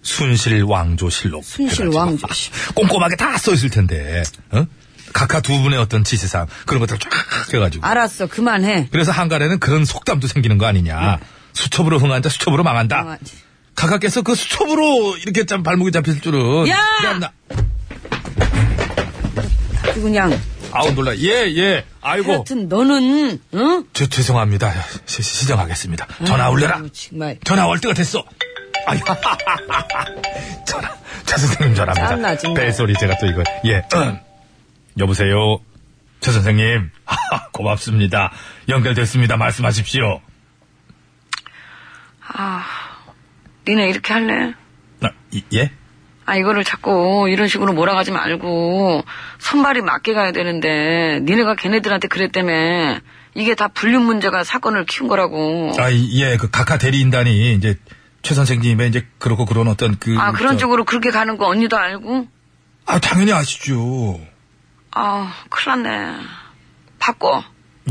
Speaker 3: 순실 왕조 실록.
Speaker 2: 순실
Speaker 3: 해가지고
Speaker 2: 왕조
Speaker 3: 막
Speaker 2: 실록.
Speaker 3: 꼼꼼하게 다 써 있을 텐데. 어? 각하 두 분의 어떤 지시사항 그런 것들 쫙 해가지고.
Speaker 2: 알았어, 그만해.
Speaker 3: 그래서 한간에는 그런 속담도 생기는 거 아니냐.
Speaker 2: 음.
Speaker 3: 수첩으로 흥한 자 수첩으로 망한다.
Speaker 2: 아,
Speaker 3: 각하께서 그 수첩으로 이렇게
Speaker 2: 예.
Speaker 3: 참 발목이 잡힐 줄은.
Speaker 2: 야!
Speaker 3: 미안합니다.
Speaker 2: 아주 그냥
Speaker 3: 아우 놀라. 예 예. 아이고.
Speaker 2: 하여튼 너는 응?
Speaker 3: 죄 죄송합니다. 시, 시정하겠습니다.
Speaker 2: 음.
Speaker 3: 전화 올려라.
Speaker 2: 아유, 정말
Speaker 3: 전화 올 때가 됐어. 아야. (laughs) 전화. 차 선생님 전화입니다.
Speaker 2: 짠나, 정말.
Speaker 3: 벨소리 제가 또 이거. 예. 음. 여보세요. 차 선생님. (laughs) 고맙습니다. 연결됐습니다. 말씀하십시오.
Speaker 10: 아, 니네 이렇게 할래?
Speaker 3: 아, 이- 예?
Speaker 10: 아, 이거를 자꾸 이런 식으로 몰아가지 말고, 선발이 맞게 가야 되는데, 니네가 걔네들한테 그랬다며, 이게 다 불륜 문제가 사건을 키운 거라고.
Speaker 3: 아, 이- 예, 그, 각하 대리인단이, 이제, 최 선생님의, 이제, 그렇고 그런 어떤 그.
Speaker 2: 음,
Speaker 10: 아, 그런
Speaker 2: 그렇죠.
Speaker 3: 저-
Speaker 10: 쪽으로 그렇게 가는 거 언니도 알고?
Speaker 3: 아, 당연히 아시죠.
Speaker 10: 아, 큰일 났네. 바꿔.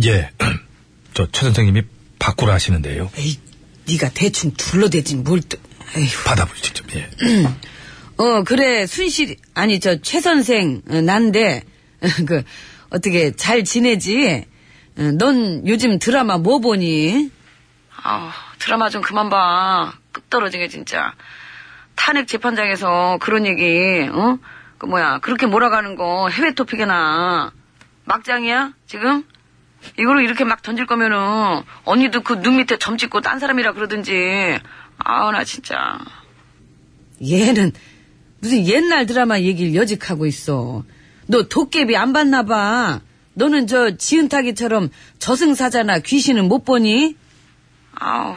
Speaker 3: 예. (clears throat) 저, 최 선생님이 바꾸라 하시는데요.
Speaker 2: 에이 네가 대충 둘러대지 뭘 또. 에휴.
Speaker 3: 받아보죠, 직접, 예.
Speaker 2: 어 그래 순실 아니 저 최 선생 어, 난데 (laughs) 그 어떻게 잘 지내지? 어, 넌 요즘 드라마 뭐 보니?
Speaker 10: 아, 드라마 좀 그만 봐. 끝 떨어지게, 진짜. 탄핵 재판장에서 그런 얘기, 어? 그 뭐야, 그렇게 몰아가는 거 해외 토픽에나. 막장이야? 지금? 이거로 이렇게 막 던질 거면은, 언니도 그 눈 밑에 점 찍고 딴 사람이라 그러든지. 아우, 나 진짜.
Speaker 2: 얘는 무슨 옛날 드라마 얘기를 여직하고 있어. 너 도깨비 안 봤나 봐. 너는 저 지은타기처럼 저승사자나 귀신은 못 보니?
Speaker 10: 아우,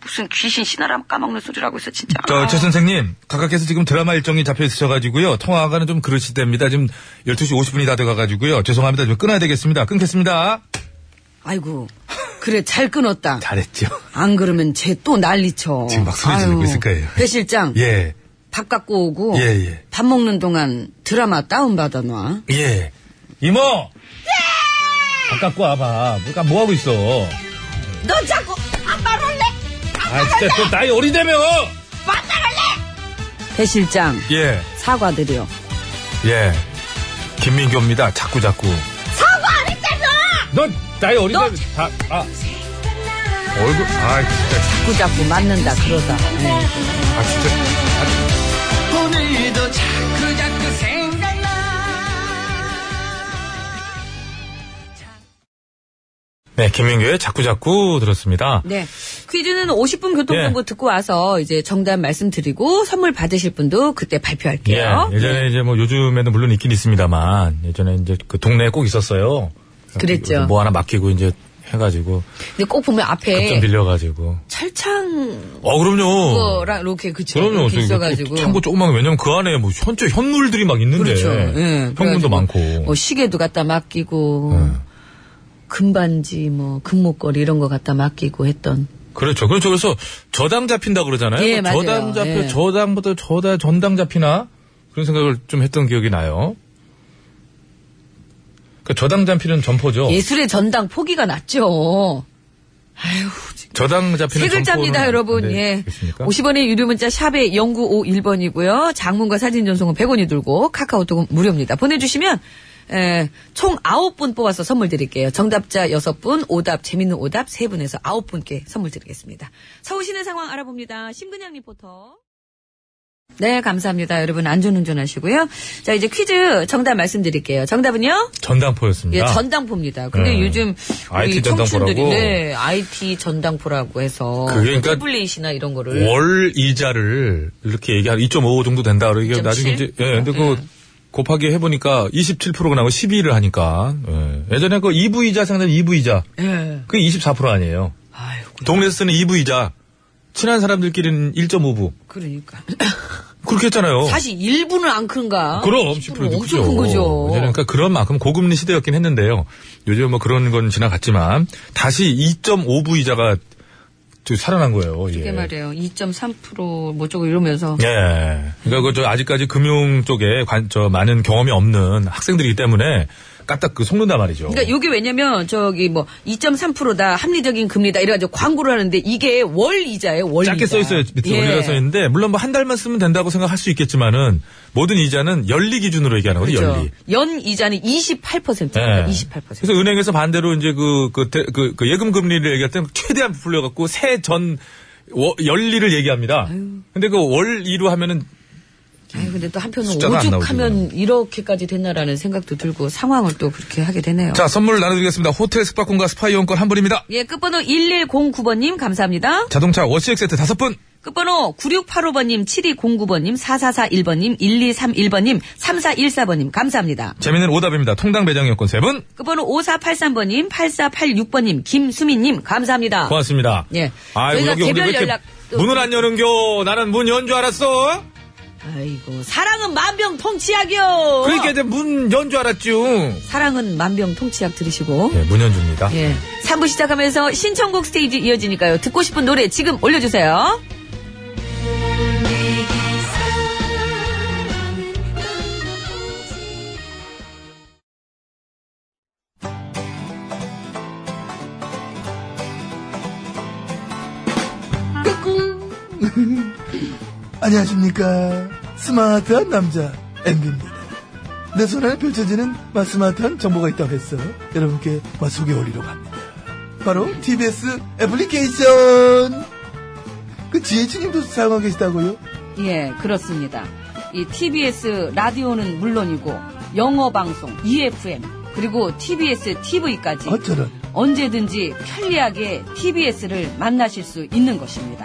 Speaker 10: 무슨 귀신 씨나라 까먹는 소리라고 있어, 진짜.
Speaker 3: 저,
Speaker 10: 아우.
Speaker 3: 최 선생님, 각하께서 지금 드라마 일정이 잡혀 있으셔가지고요. 통화가는 좀 그러시답니다. 지금 12시 50분이 다 돼가가지고요. 죄송합니다. 좀 끊어야 되겠습니다. 끊겠습니다.
Speaker 2: 아이고, 그래, 잘 끊었다.
Speaker 3: 잘했죠.
Speaker 2: 안 그러면 쟤 또 난리쳐.
Speaker 3: 지금 막 소리 지르고
Speaker 2: 아유,
Speaker 3: 있을 거예요.
Speaker 2: 배 실장,
Speaker 3: 예.
Speaker 2: 밥 갖고 오고,
Speaker 3: 예, 예.
Speaker 2: 밥 먹는 동안 드라마 다운받아 놔.
Speaker 3: 예. 이모! 바깥고 와봐. 그러니까 뭐하고 있어.
Speaker 4: 예! 너 자꾸 아빠로 내
Speaker 3: 아, 진짜 또 나이 어리다며!
Speaker 2: 배 실장,
Speaker 3: 예,
Speaker 2: 사과드려.
Speaker 3: 예. 김민교입니다. 자꾸, 자꾸.
Speaker 4: 사과 안 했잖아
Speaker 3: 넌 나이 어리다며. 다, 아. 얼굴, 아, 진짜.
Speaker 2: 자꾸자꾸 맞는다, 그러다. 예.
Speaker 3: 아, 진짜.
Speaker 4: 오늘도 자꾸 자꾸 생각나
Speaker 3: 네, 김민교의 자꾸, 자꾸 들었습니다.
Speaker 2: 네. 퀴즈는 50분
Speaker 3: 예.
Speaker 2: 교통정보 듣고 와서 이제 정답 말씀드리고 선물 받으실 분도 그때 발표할게요. 네.
Speaker 3: 예, 예전에 이제 뭐 요즘에는 물론 있긴 있습니다만 예전에 이제 그 동네에 꼭 있었어요.
Speaker 2: 그랬죠.
Speaker 3: 뭐 하나 맡기고 이제 해가지고
Speaker 2: 근데 꼭 보면
Speaker 3: 급좀
Speaker 2: 앞에
Speaker 3: 빌려가지고.
Speaker 2: 철창
Speaker 3: 어 그럼요.
Speaker 2: 거랑 이렇게 네. 그쵸.
Speaker 3: 그럼요.
Speaker 2: 이렇게
Speaker 3: 저기
Speaker 2: 있어가지고.
Speaker 3: 그 창고 조그만 거, 왜냐면 그 안에 뭐 현재 현물들이 막 있는데
Speaker 2: 그렇죠. 예.
Speaker 3: 현금도
Speaker 2: 그래가지고 예.
Speaker 3: 많고.
Speaker 2: 뭐 시계도 갖다 맡기고 금반지 뭐 금목걸이 이런 거 갖다 맡기고 했던.
Speaker 3: 그렇죠. 그렇죠. 그래서 저당 잡힌다 그러잖아요. 뭐
Speaker 2: 예, 맞아요.
Speaker 3: 저당 잡혀
Speaker 2: 예.
Speaker 3: 저당보다 저다 전당 잡히나 그런 생각을 좀 했던 기억이 나요. 그 저당 잡히는 점포죠.
Speaker 2: 예술의 전당 포기가 났죠.
Speaker 3: 저당 잡히는
Speaker 2: 세 글자입니다,
Speaker 3: 점포는-
Speaker 2: 여러분.
Speaker 3: 네,
Speaker 2: 예.
Speaker 3: 그렇습니까?
Speaker 2: 50원의 유료 문자 샵에 0951번이고요. 장문과 사진 전송은 100원이 들고 카카오톡은 무료입니다. 보내주시면 에, 총 9분 뽑아서 선물 드릴게요. 정답자 6분, 오답, 재밌는 오답 3분에서 9분께 선물 드리겠습니다. 서울 시내 상황 알아봅니다. 심근양 리포터. 네, 감사합니다. 여러분 안전운전 하시고요. 자, 이제 퀴즈 정답 말씀드릴게요. 정답은요?
Speaker 3: 전당포였습니다.
Speaker 2: 예, 전당포입니다. 근데
Speaker 3: 음.
Speaker 2: 요즘 우리
Speaker 3: IT
Speaker 2: 청춘들이
Speaker 3: 전당포라고?
Speaker 2: 네, IT 전당포라고 해서
Speaker 3: 그게 그러니까
Speaker 2: 태블릿이나 이런 거를
Speaker 3: 월 이자를 이렇게 얘기한 2.5 정도 된다. 그러고 이게
Speaker 2: 2.7?
Speaker 3: 나중에 이제 예, 근데 그 곱하기 해보니까 27%가 나오고 12를 하니까 예. 전에그 2부 이자 생각하면 2부 이자
Speaker 2: 예.
Speaker 3: 그게 24% 아니에요.
Speaker 2: 아이고.
Speaker 3: 동네에서 쓰는 2부 이자 친한 사람들끼리는 1.5부
Speaker 2: 그러니까.
Speaker 3: 그렇게 했잖아요.
Speaker 2: 사실 1분은 안 큰가?
Speaker 3: 그럼
Speaker 2: 10분은
Speaker 3: 10%도
Speaker 2: 엄청 큰 거죠.
Speaker 3: 예전에 그러니까 그런 만큼 고금리 시대였긴 했는데요. 요즘 뭐 그런 건 지나갔지만 다시 2.5부 이자가 저 살아난 거예요.
Speaker 2: 그게
Speaker 3: 예.
Speaker 2: 말이에요. 2.3%뭐 저거 이러면서
Speaker 3: 예. 그러니까 그 저 아직까지 금융 쪽에 관, 저 많은 경험이 없는 학생들이기 때문에 까딱 그 속는다 말이죠.
Speaker 2: 그러니까 요게 왜냐면 저기 뭐 2.3%다 합리적인 금리다 이래가지고 광고를 하는데 이게 월 이자예요 월
Speaker 3: 짧게
Speaker 2: 이자.
Speaker 3: 써 있어요. 밑에
Speaker 2: 예.
Speaker 3: 원리가 써 있는데 물론 뭐 한 달만 쓰면 된다고 생각할 수 있겠지만은 모든 이자는 연리 기준으로 얘기하는 거죠.
Speaker 2: 그렇죠.
Speaker 3: 연리.
Speaker 2: 연 이자는 28%입니다.
Speaker 3: 예.
Speaker 2: 28%.
Speaker 3: 그래서 은행에서 반대로 이제 그, 그, 대- 그, 그 예금 금리를 얘기할 때는 최대한 부풀려갖고 세 전 연리를 얘기합니다. 근데 그 월리로 하면은
Speaker 2: 아니, 근데 또 한편으로
Speaker 3: 숫자가 안
Speaker 2: 오죽하면 이렇게까지 됐나라는 생각도 들고 상황을 또 그렇게 하게 되네요.
Speaker 3: 자, 선물 나눠드리겠습니다. 호텔 숙박권과 스파 이용권 한 분입니다.
Speaker 2: 예, 끝번호 1109번님 감사합니다.
Speaker 3: 자동차 워시액 세트 다섯 분.
Speaker 2: 끝번호 9685번님, 7209번님, 4441번님, 1231번님, 3414번님 감사합니다.
Speaker 3: 재미있는 오답입니다. 통당 매장 이용권 세 분.
Speaker 2: 끝번호 5483번님, 8486번님, 김수민님 감사합니다.
Speaker 3: 고맙습니다.
Speaker 2: 예.
Speaker 3: 아유,
Speaker 2: 저희가
Speaker 3: 여기 오늘 왜
Speaker 2: 개별
Speaker 3: 이렇게
Speaker 2: 연락
Speaker 3: 문을 안 여는겨? 나는 문 연 줄 알았어.
Speaker 2: 아이고 사랑은 만병통치약이요.
Speaker 3: 그러니까 이제 문 연 줄 알았죠.
Speaker 2: 사랑은 만병통치약 들으시고
Speaker 3: 예, 문현주입니다.
Speaker 2: 예. 3부 시작하면서 신청곡 스테이지 이어지니까요. 듣고 싶은 노래 지금 올려주세요.
Speaker 9: 안녕하십니까. 스마트한 남자, 엠비입니다. 내 손안에 펼쳐지는 마 스마트한 정보가 있다고 해서 여러분께 마 소개해드리려고 합니다. 바로 TBS 애플리케이션! 그 지혜진님도 사용하고 계시다고요?
Speaker 2: 예, 그렇습니다. 이 TBS 라디오는 물론이고 영어 방송, EFM 그리고 TBS TV까지
Speaker 9: 어쩌면
Speaker 2: 언제든지 편리하게 TBS를 만나실 수 있는 것입니다.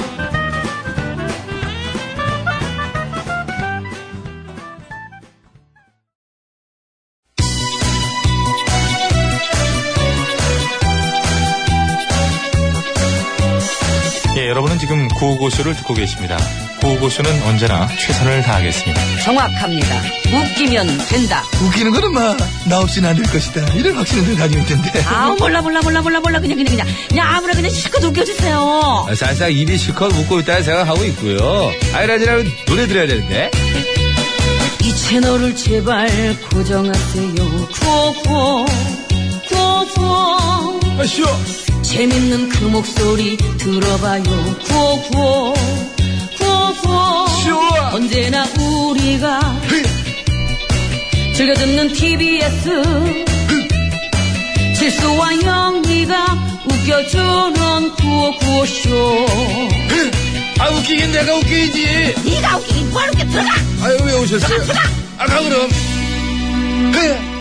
Speaker 5: 예, 여러분은 지금 구호고쇼를 듣고 계십니다. 구호고쇼는 언제나 최선을 다하겠습니다.
Speaker 2: 정확합니다. 웃기면 된다.
Speaker 9: 웃기는 거는 마 나 없이는 안 될 것이다. 이런 확신을 가지고 있던데.
Speaker 2: 아 몰라 몰라 몰라 몰라 몰라 그냥 그냥 그냥 그냥 아무나 그냥 실컷 웃겨주세요.
Speaker 6: 아, 살짝 입이 실컷 웃고 있다는 생각하고 있고요. 아이라지라면 노래 들어야 되는데.
Speaker 2: 이 채널을 제발 고정하세요. 구호구호, 구호구호.
Speaker 4: 아,
Speaker 2: 재밌는 그 목소리 들어봐요. 구호구호, 구호구호. 언제나 우리가 즐겨듣는 TBS. 실수와 영리가 웃겨주는 구호구호쇼.
Speaker 6: 아, 웃기긴 내가 웃기지.
Speaker 4: 네가 웃기긴 뭐하는게 들어가
Speaker 6: 아유, 왜 오셨어요? 아까 그럼. 그.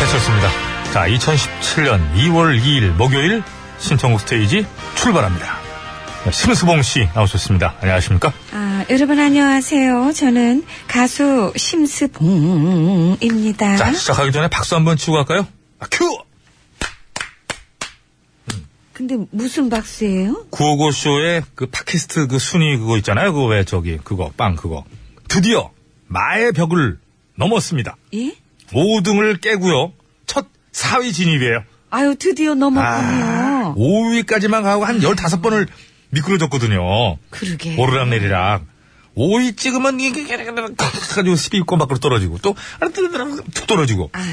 Speaker 3: 해쳤습니다. 자, 2017년 2월 2일 목요일 신청곡 스테이지 출발합니다. 네, 심수봉 씨 나오셨습니다. 안녕하십니까?
Speaker 11: 아, 여러분 안녕하세요. 저는 가수 심스봉입니다.
Speaker 3: 자, 시작하기 전에 박수 한번 치고 갈까요? 아, 큐!
Speaker 11: 근데 무슨 박수예요?
Speaker 3: 구호고쇼의 그 팟캐스트 그 순위 그거 있잖아요. 그거 왜 저기, 그거, 빵 그거. 드디어 마의 벽을 넘었습니다.
Speaker 11: 예?
Speaker 3: 5등을 깨고요. 첫 4위 진입이에요.
Speaker 11: 아유, 드디어
Speaker 3: 아.
Speaker 11: 넘어가네요.
Speaker 3: 5위까지만 가고 한 15번을 미끄러졌거든요.
Speaker 11: 그러게.
Speaker 3: 오르락내리락. 5위 찍으면 이게 가지고 12위권 밖으로 떨어지고 또툭 떨어지고.
Speaker 11: 아유.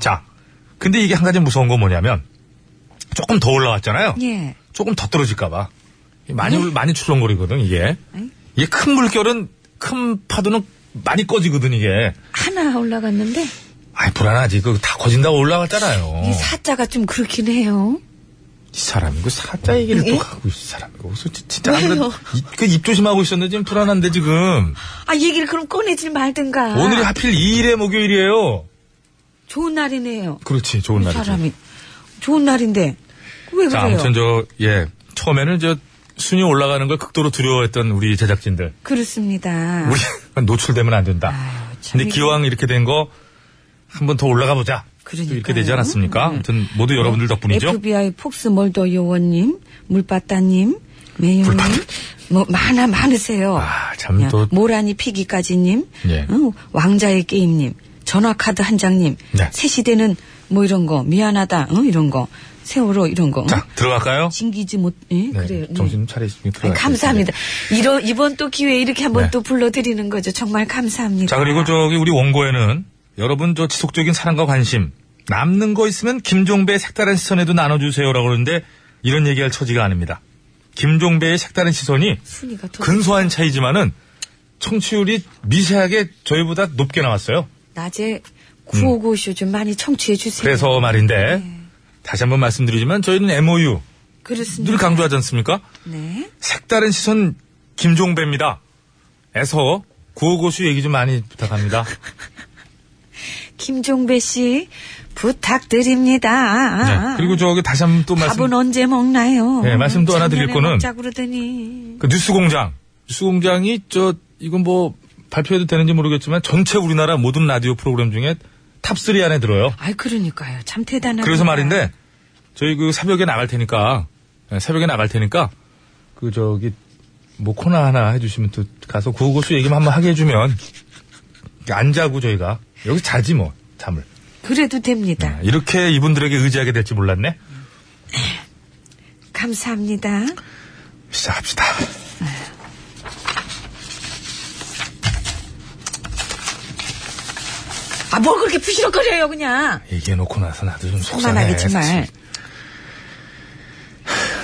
Speaker 3: 자, 근데 이게 한 가지 무서운 건 뭐냐면 조금 더 올라왔잖아요.
Speaker 11: 예.
Speaker 3: 조금 더 떨어질까봐 많이 울- 많이 출렁거리거든 이게.
Speaker 11: 예.
Speaker 3: 이게 큰 물결은 큰 파도는 많이 꺼지거든 이게.
Speaker 11: 하나 올라갔는데
Speaker 3: 아이 불안하지. 그 다 거진다고 올라왔잖아요.
Speaker 11: 이 사자가 좀 그렇긴 해요.
Speaker 3: 이 사람이 그 사자 얘기를
Speaker 11: 예.
Speaker 3: 또 하고 이 사람이 무슨 진- 진짜 안 그래도 그입 조심하고 있었는데 지금 불안한데 지금
Speaker 11: 아, 얘기를 그럼 꺼내질 말든가.
Speaker 3: 오늘이 하필 2일의 목요일이에요.
Speaker 11: 좋은 날이네요.
Speaker 3: 그렇지 좋은 날이죠.
Speaker 11: 사람이 좋은 날인데 왜
Speaker 3: 자
Speaker 11: 그래요?
Speaker 3: 아무튼 저예 처음에는 저 순위 올라가는 걸 극도로 두려워했던 우리 제작진들
Speaker 11: 그렇습니다.
Speaker 3: 우리 (laughs) 노출되면 안 된다.
Speaker 11: 아. 아유, 참
Speaker 3: 근데
Speaker 11: 이거-
Speaker 3: 기왕 이렇게 된 거 한 번 더 올라가 보자. 또 이렇게
Speaker 11: 그러니까요. 음. 네.
Speaker 3: 되지 않았습니까? 아무튼 모두 그 여러분들 덕분이죠.
Speaker 11: FBI 폭스몰더 요원님, 물바따님, 매용님, 뭐 많아 많으세요.
Speaker 3: 아, 참 또-
Speaker 11: 야, 모란이 피기까지님, 어,
Speaker 3: 예.
Speaker 11: 응, 왕자의 게임님, 전화카드 한 장님,
Speaker 3: 네.
Speaker 11: 새 시대는 뭐 이런 거 미안하다 응? 이런 거 세월호 이런 거 응?
Speaker 3: 자, 들어갈까요?
Speaker 11: 징기지 못 예?
Speaker 3: 네,
Speaker 11: 그래요 네.
Speaker 3: 정신 차리시면
Speaker 11: 아니,
Speaker 3: 들어가요.
Speaker 11: 감사합니다 이러, 이번 또 기회에 이렇게 한번
Speaker 3: 네.
Speaker 11: 또 불러드리는 거죠 정말 감사합니다
Speaker 3: 자, 그리고 저기 우리 원고에는 여러분 저 지속적인 사랑과 관심 남는 거 있으면 김종배의 색다른 시선에도 나눠주세요라고 그러는데 이런 얘기할 처지가 아닙니다. 김종배의 색다른 시선이
Speaker 11: 순위가 더
Speaker 3: 근소한 차이지만은 청취율이 미세하게 저희보다 높게 나왔어요.
Speaker 11: 낮에 구호고쇼 좀 많이 청취해 주세요
Speaker 3: 그래서 말인데
Speaker 11: 네.
Speaker 3: 다시 한번 말씀드리지만 저희는 MOU
Speaker 11: 습니다
Speaker 3: 늘 강조하지 않습니까?
Speaker 11: 네.
Speaker 3: 색다른 시선 김종배입니다. 에서 구호고수 얘기 좀 많이 부탁합니다.
Speaker 11: 김종배 씨 부탁드립니다.
Speaker 3: 네,
Speaker 11: (laughs)
Speaker 3: 그리고 저기 다시 한번 또 말씀.
Speaker 11: 밥은 언제 먹나요?
Speaker 3: 네, 말씀 또 하나 드릴
Speaker 11: 작년에
Speaker 3: 거는
Speaker 11: 먹자 그러더니
Speaker 3: 그 뉴스공장. 뉴스공장이 저 이건 뭐 발표해도 되는지 모르겠지만 전체 우리나라 모든 라디오 프로그램 중에 탑3 안에 들어요.
Speaker 11: 아이 그러니까요. 참 대단한.
Speaker 3: 그래서 말인데 저희 그 새벽에 나갈 테니까 네, 새벽에 나갈 테니까 그 저기 뭐 코너 하나 해주시면 또 가서 구호고수 얘기 한번 하게 해주면 안 자고 저희가 여기 자지 뭐 잠을 아,
Speaker 11: 그래도
Speaker 3: 네.
Speaker 11: 됩니다.
Speaker 3: 이렇게 이분들에게 의지하게 될지 몰랐네
Speaker 11: 감사합니다.
Speaker 3: 시작합시다
Speaker 11: 아 뭘 그렇게 부시럭거려요
Speaker 3: 네,
Speaker 11: 그냥.
Speaker 3: 얘기해놓고 나서 나도 좀 속상해
Speaker 11: 속만하겠지만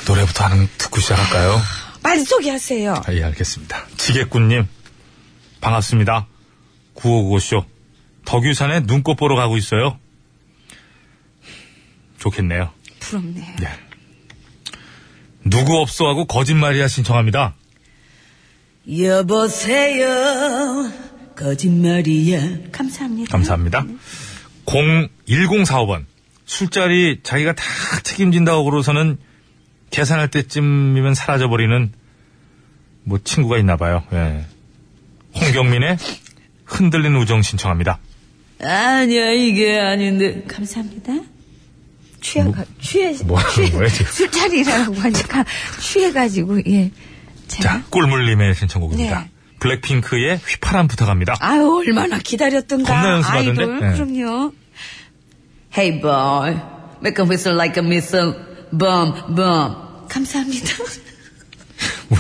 Speaker 3: 노래부터 하는 듣고 시작할까요
Speaker 11: 빨리 소개하세요.
Speaker 3: 아, 예 알겠습니다 지게꾼님 반갑습니다 구호고쇼 덕유산에 눈꽃 보러 가고 있어요 좋겠네요
Speaker 11: 부럽네요.
Speaker 3: 네. 누구 없소하고 거짓말이야 신청합니다.
Speaker 11: 여보세요. 거짓말이야. 감사합니다.
Speaker 3: 감사합니다. 01045번. 술자리 자기가 다 책임진다고 그러고서는 계산할 때쯤이면 사라져버리는 뭐 친구가 있나 봐요. 예. 홍경민의 흔들린 우정 신청합니다.
Speaker 11: 아니야 이게 아닌데. 감사합니다. 취해가 취해
Speaker 3: 뭐 하는
Speaker 11: 취해-
Speaker 3: 거예요, 지금?
Speaker 11: 술자리라고 하니까 취해가지고 예. 제가
Speaker 3: 자, 꿀물님의 신청곡입니다.
Speaker 11: 네.
Speaker 3: 블랙핑크의 휘파람 부탁합니다.
Speaker 11: 아유 얼마나 기다렸던가
Speaker 3: 겁나 연습하던데?
Speaker 11: 아이돌
Speaker 3: 네.
Speaker 11: 그럼요 Hey boy Make a whistle like a missile Bum bum 감사합니다 (laughs)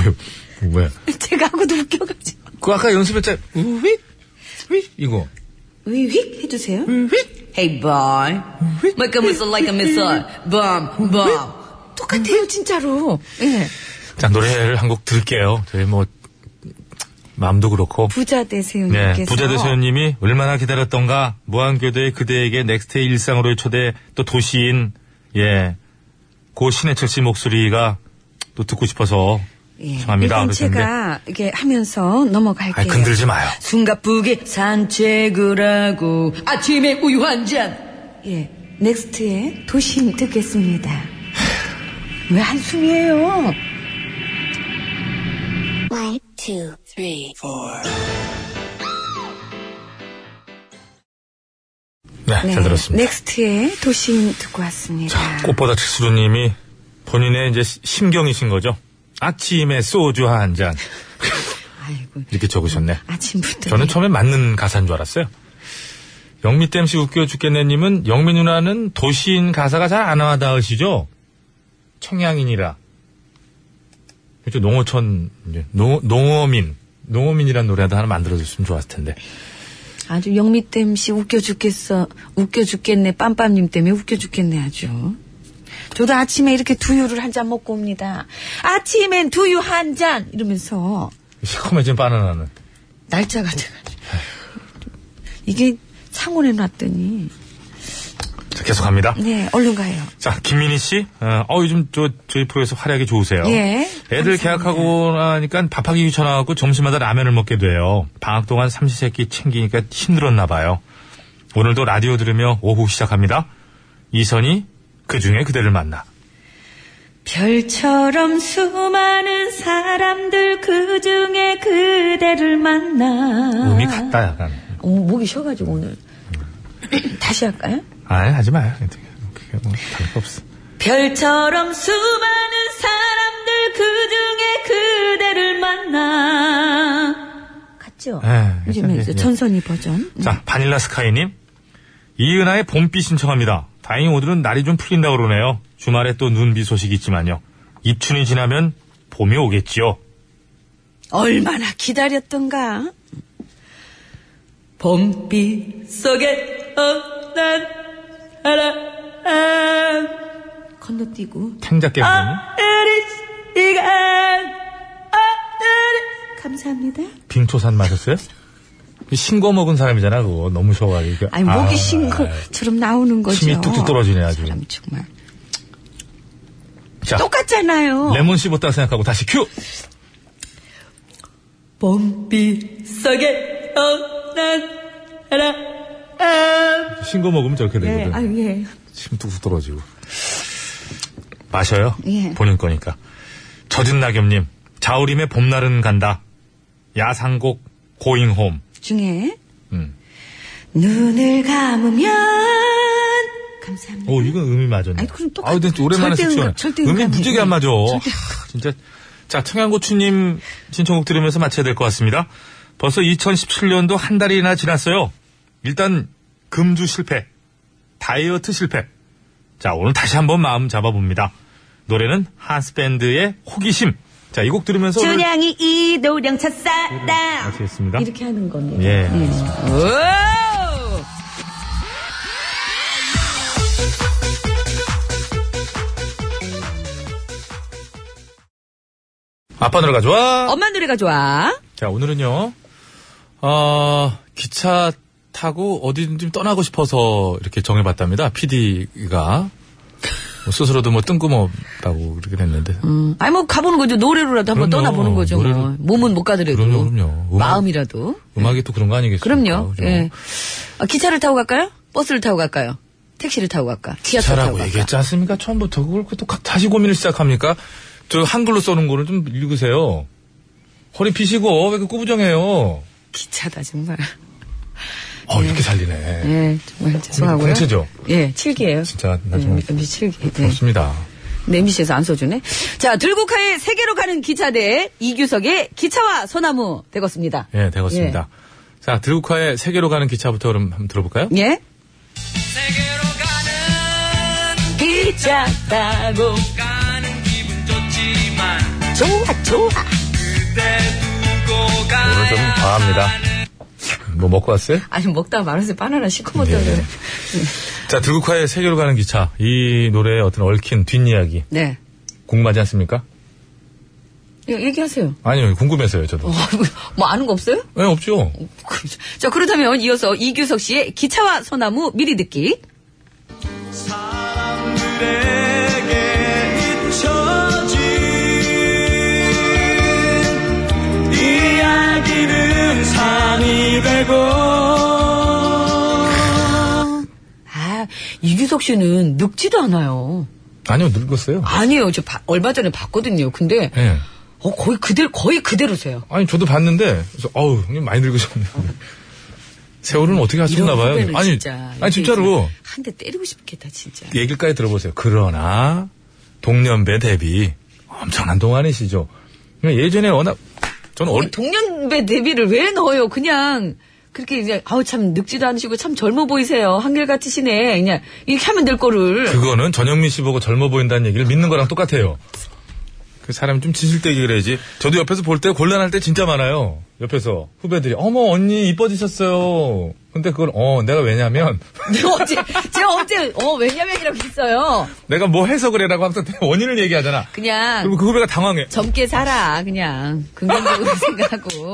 Speaker 3: 왜, 왜?
Speaker 11: 제가 하고도 웃겨가지고
Speaker 3: 그 아까 연습했잖아. 윗? 윗? 이거.
Speaker 11: 휙 해주세요 Hey boy Make a whistle like a missile Bum bum 똑같아요 진짜로 예.
Speaker 3: 자, 노래를 한 곡 들을게요. 저희 뭐, 마음도 그렇고.
Speaker 11: 부자 되세요
Speaker 3: 네,
Speaker 11: 님께서
Speaker 3: 부자대 소연님이 얼마나 기다렸던가 무한교도의 그대에게 넥스트의 일상으로의 초대 또 도시인 예, 고 신해철 씨 목소리가 또 듣고 싶어서
Speaker 11: 예,
Speaker 3: 청합니다.
Speaker 11: 일단
Speaker 3: 그러셨는데
Speaker 11: 제가 예. 이게 하면서 넘어갈게요.
Speaker 3: 아이, 건들지 마요.
Speaker 11: 숨가쁘게 산책을 하고 아침에 우유 한 잔. 예, 넥스트의 도심 듣겠습니다. 왜 한숨이에요?
Speaker 3: 네, 잘 들었습니다.
Speaker 11: 넥스트의 도심 듣고 왔습니다.
Speaker 3: 자, 꽃보다 칠수로님이 본인의 이제 시- 심경이신 거죠. 아침에 소주 한 잔
Speaker 11: 아이고,
Speaker 3: 이렇게 적으셨네.
Speaker 11: 아침부터.
Speaker 3: 저는 처음에 맞는 가사인 줄 알았어요. 영미 땜씨 웃겨 죽겠네님은 영미 누나는 도시인 가사가 잘 안 와닿으시죠? 청양인이라. 그죠 농어촌 이제 농 농어민 농어민이란 노래도 하나 만들어줬으면 좋았을 텐데.
Speaker 11: 아주 영미댐 씨 웃겨 죽겠어. 웃겨 죽겠네. 빰빰님 때문에 웃겨 죽겠네 아주. 저도 아침에 이렇게 두유를 한 잔 먹고 옵니다. 아침엔 두유 한 잔! 이러면서
Speaker 3: 시커매진 바나나는
Speaker 11: 날짜가 돼가지고. 이게 상온에 놨더니.
Speaker 3: 자, 계속합니다.
Speaker 11: 네, 얼른 가요.
Speaker 3: 자 김민희 씨, 어, 어, 요즘 저 저희 프로에서 활약이 좋으세요.
Speaker 11: 예,
Speaker 3: 애들
Speaker 11: 감사합니다.
Speaker 3: 계약하고 나니까 밥하기 귀찮아갖고 점심마다 라면을 먹게 돼요. 방학 동안 삼시세끼 챙기니까 힘들었나 봐요. 오늘도 라디오 들으며 오후 시작합니다. 이선이 그중에 그대를 만나.
Speaker 2: 별처럼 수많은 사람들 그 중에 그대를 만나.
Speaker 11: 아.
Speaker 3: 음이 같다 약간.
Speaker 11: 어, 목이 쉬어가지고 오늘. (clears throat) 다시 할까요?
Speaker 3: 아니 하지 마요. 그게 뭐 다를 거 없어.
Speaker 2: 별처럼 수많은 사람들 그 중에 그대를 만나.
Speaker 11: 같죠?
Speaker 3: 예,
Speaker 11: 요즘에
Speaker 3: 예,
Speaker 11: 이제
Speaker 3: 예.
Speaker 11: 전선이 버전.
Speaker 3: 자 바닐라 스카이님 이은하의 봄비 신청합니다. 다행히 오늘은 날이 좀 풀린다 그러네요. 주말에 또 눈비 소식이 있지만요. 입춘이 지나면 봄이 오겠지요.
Speaker 11: 얼마나 기다렸던가. 봄비 속에 없난 사람 건너뛰고
Speaker 3: 탱자께 아.
Speaker 11: 아들이 시간 아들이 감사합니다.
Speaker 3: 빙초산 마셨어요? 신거 먹은 사람이잖아 그거 너무 쉬워가지고
Speaker 11: 아니 목이 쉰 것처럼 나오는 거죠.
Speaker 3: 침이 뚝뚝 떨어지네 아주
Speaker 11: 사람 정말
Speaker 3: 자
Speaker 11: 똑같잖아요.
Speaker 3: 레몬 씹었다 생각하고 다시 큐
Speaker 11: 봄비 속에 없난 사람
Speaker 3: 신거 먹으면 저렇게
Speaker 11: 예,
Speaker 3: 되거든
Speaker 11: 아 예.
Speaker 3: 침 뚝뚝 떨어지고. 마셔요?
Speaker 11: 예.
Speaker 3: 본인 거니까. 젖은 낙엽님, 자우림의 봄날은 간다. 야상곡, 고잉홈.
Speaker 11: 중에
Speaker 3: 음.
Speaker 11: 눈을 감으면 감사합니다.
Speaker 3: 오, 어, 이건 음이 맞았네.
Speaker 11: 아니, 그럼 똑같-
Speaker 3: 아우, 근데 오랜만에
Speaker 11: 절대
Speaker 3: 숙취하네.
Speaker 11: 음감, 절대
Speaker 3: 음이
Speaker 11: 음감이에요.
Speaker 3: 무지개 안 맞아.
Speaker 11: 절대
Speaker 3: 하, 진짜. 자, 청양고추님 신청곡 들으면서 마쳐야 될 것 같습니다. 벌써 2017년도 한 달이나 지났어요. 일단, 금주 실패. 다이어트 실패. 자, 오늘 다시 한번 마음 잡아봅니다. 노래는 한스밴드의 호기심. 자, 이 곡 들으면서. 오늘
Speaker 11: 준양이 이도령 첫사랑
Speaker 3: 마치겠습니다.
Speaker 11: 이렇게 하는 겁니다. 네.
Speaker 3: 예.
Speaker 11: 오!
Speaker 3: 아빠 노래 가져와!
Speaker 11: 엄마 노래가 좋아.
Speaker 3: 자, 오늘은요, 어, 기차 타고 어디든 좀 떠나고 싶어서 이렇게 정해봤답니다. PD가. 스스로도 뭐 뜬금없다고 그렇게 됐는데.
Speaker 11: 음, 아니 뭐 가보는 거죠. 노래로라도 한번
Speaker 3: 그럼요.
Speaker 11: 떠나보는 거죠.
Speaker 3: 노래로-
Speaker 11: 뭐. 몸은 못 가더라도
Speaker 3: 그럼요, 그럼요. 음악-
Speaker 11: 마음이라도.
Speaker 3: 음악이 또 그런 거 아니겠습니까?
Speaker 11: 그럼요.
Speaker 3: 그죠?
Speaker 11: 예. 아, 기차를 타고 갈까요? 버스를 타고 갈까요? 택시를 타고 갈까? 지하철 타고
Speaker 3: 기차라고
Speaker 11: 갈까?
Speaker 3: 얘기했지 않습니까? 처음부터 그걸 또 가- 다시 고민을 시작합니까? 저 한글로 써놓은 거를 좀 읽으세요. 허리 피시고, 왜 그 꾸부정해요?
Speaker 11: 기차다 정말.
Speaker 3: 어, 이렇게 살리네.
Speaker 11: 예, 정말 죄송하고요.
Speaker 3: 공채죠?
Speaker 11: 예, 칠기예요.
Speaker 3: 진짜, 나
Speaker 11: 예,
Speaker 3: 좀,
Speaker 11: 미- 미칠기. 예.
Speaker 3: 좋습니다.
Speaker 11: 내미시에서 안 써주네. 자, 들국화의 세계로 가는 기차대 이규석의 기차와 소나무 되겠습니다.
Speaker 3: 예, 되었습니다. 자, 드루카의 세계로 가는 기차부터 그럼 한번 들어볼까요?
Speaker 11: 예? 기차 타고
Speaker 6: 가는 기분 좋지만
Speaker 11: 좋아 좋아.
Speaker 6: 그대 두고
Speaker 3: 오늘 좀 과합니다. 뭐 먹고 왔어요?
Speaker 11: 아니 먹다가 말아서 바나나 시커
Speaker 3: 예.
Speaker 11: 먹던 네.
Speaker 3: 자, 드루카의 세계로 가는 기차. 이 노래의 어떤 얽힌 뒷이야기.
Speaker 11: 네.
Speaker 3: 궁금하지 않습니까?
Speaker 11: 예, 얘기하세요. (laughs)
Speaker 3: 아니요, 궁금해서요, 저도.
Speaker 11: 어, 뭐 아는 거 없어요?
Speaker 3: 왜 없죠?
Speaker 11: 자, 그렇다면 이어서 이규석 씨의 기차와 소나무 미리 듣기.
Speaker 6: 사람들에게 잊혀진 이야기는 산이 되고
Speaker 11: 아, 이규석 씨는 늙지도 않아요.
Speaker 3: 아니요, 늙었어요.
Speaker 11: 아니에요. 저 바- 얼마 전에 봤거든요. 근데
Speaker 3: 예.
Speaker 11: 어, 거의 그대로 거의 그대로세요.
Speaker 3: 아니, 저도 봤는데, 그래서, 어우, 형님 많이 늙으셨네요. 세월은 어떻게
Speaker 11: 이런
Speaker 3: 하셨나 봐요.
Speaker 11: 후배는
Speaker 3: 아니,
Speaker 11: 진짜
Speaker 3: 아니, 진짜로.
Speaker 11: 한 대 때리고 싶겠다 진짜.
Speaker 3: 얘기까지 들어보세요. 그러나 동년배 대비 엄청난 동안이시죠. 그러니까 예전에 워낙 저는 어리,
Speaker 11: 동년배 데뷔를 왜 넣어요? 그냥 그렇게 이제 아우 참 늙지도 않으시고 참 젊어 보이세요. 한결같으시네. 그냥 이렇게 하면 될 거를. (laughs)
Speaker 3: 그거는 전영민 씨 보고 젊어 보인다는 얘기를 믿는 거랑 똑같아요. 그 사람이 좀 진실되게 그래야지. 저도 옆에서 볼 때 곤란할 때 진짜 많아요. 옆에서 후배들이 어머 언니 이뻐지셨어요. 근데 그걸 어 내가 왜냐면 (laughs)
Speaker 11: 내가 어제 제가 어제 어 왜냐면이라고 했어요.
Speaker 3: 내가 뭐 해서 그래라고 항상 내 원인을 얘기하잖아.
Speaker 11: 그냥
Speaker 3: 그럼 그 후배가 당황해.
Speaker 11: 젊게 살아 그냥 긍정적으로 (laughs) 생각하고.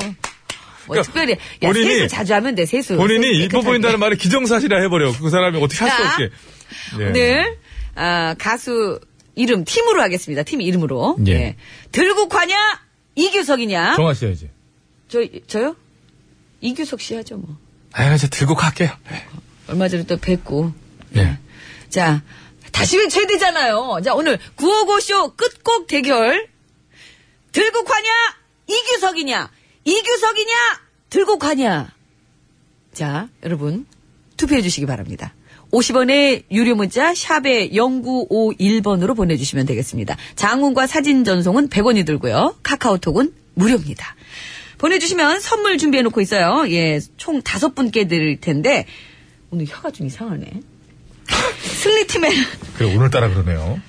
Speaker 11: 뭐
Speaker 3: 그러니까
Speaker 11: 특별히 야
Speaker 3: 본인이-
Speaker 11: 세수 자주 하면 돼 세수. 세수 (laughs)
Speaker 3: 본인이 이뻐
Speaker 11: 깨끗하게.
Speaker 3: 보인다는 말을 기정사실화 해버려. 그 사람이 어떻게 할 수
Speaker 11: 자, 네.
Speaker 3: 없게. 예.
Speaker 11: 오늘 아, 가수 이름 팀으로 하겠습니다. 팀 이름으로.
Speaker 3: 예.
Speaker 11: 예. 들국화냐 이규석이냐?
Speaker 3: 정하셔야지.
Speaker 11: 저 저요? 이규석 씨 하죠 뭐.
Speaker 3: 아, 이제 들고 갈게요.
Speaker 11: 얼마 전에 또 뵙고. 네.
Speaker 3: 예.
Speaker 11: 자, 다시 왜 최대잖아요. 자, 오늘 955쇼 끝곡 대결. 들국화냐 이규석이냐? 이규석이냐? 들국화냐? 자, 여러분 투표해 주시기 바랍니다. 50원의 유료 문자 샵에 0951번으로 보내주시면 되겠습니다. 장문과 사진 전송은 100원이 들고요. 카카오톡은 무료입니다. 보내주시면 선물 준비해놓고 있어요. 예, 총 다섯 분께 드릴 텐데 오늘 혀가 좀 이상하네.
Speaker 2: 승리팀에
Speaker 3: 그래, 오늘따라 그러네요.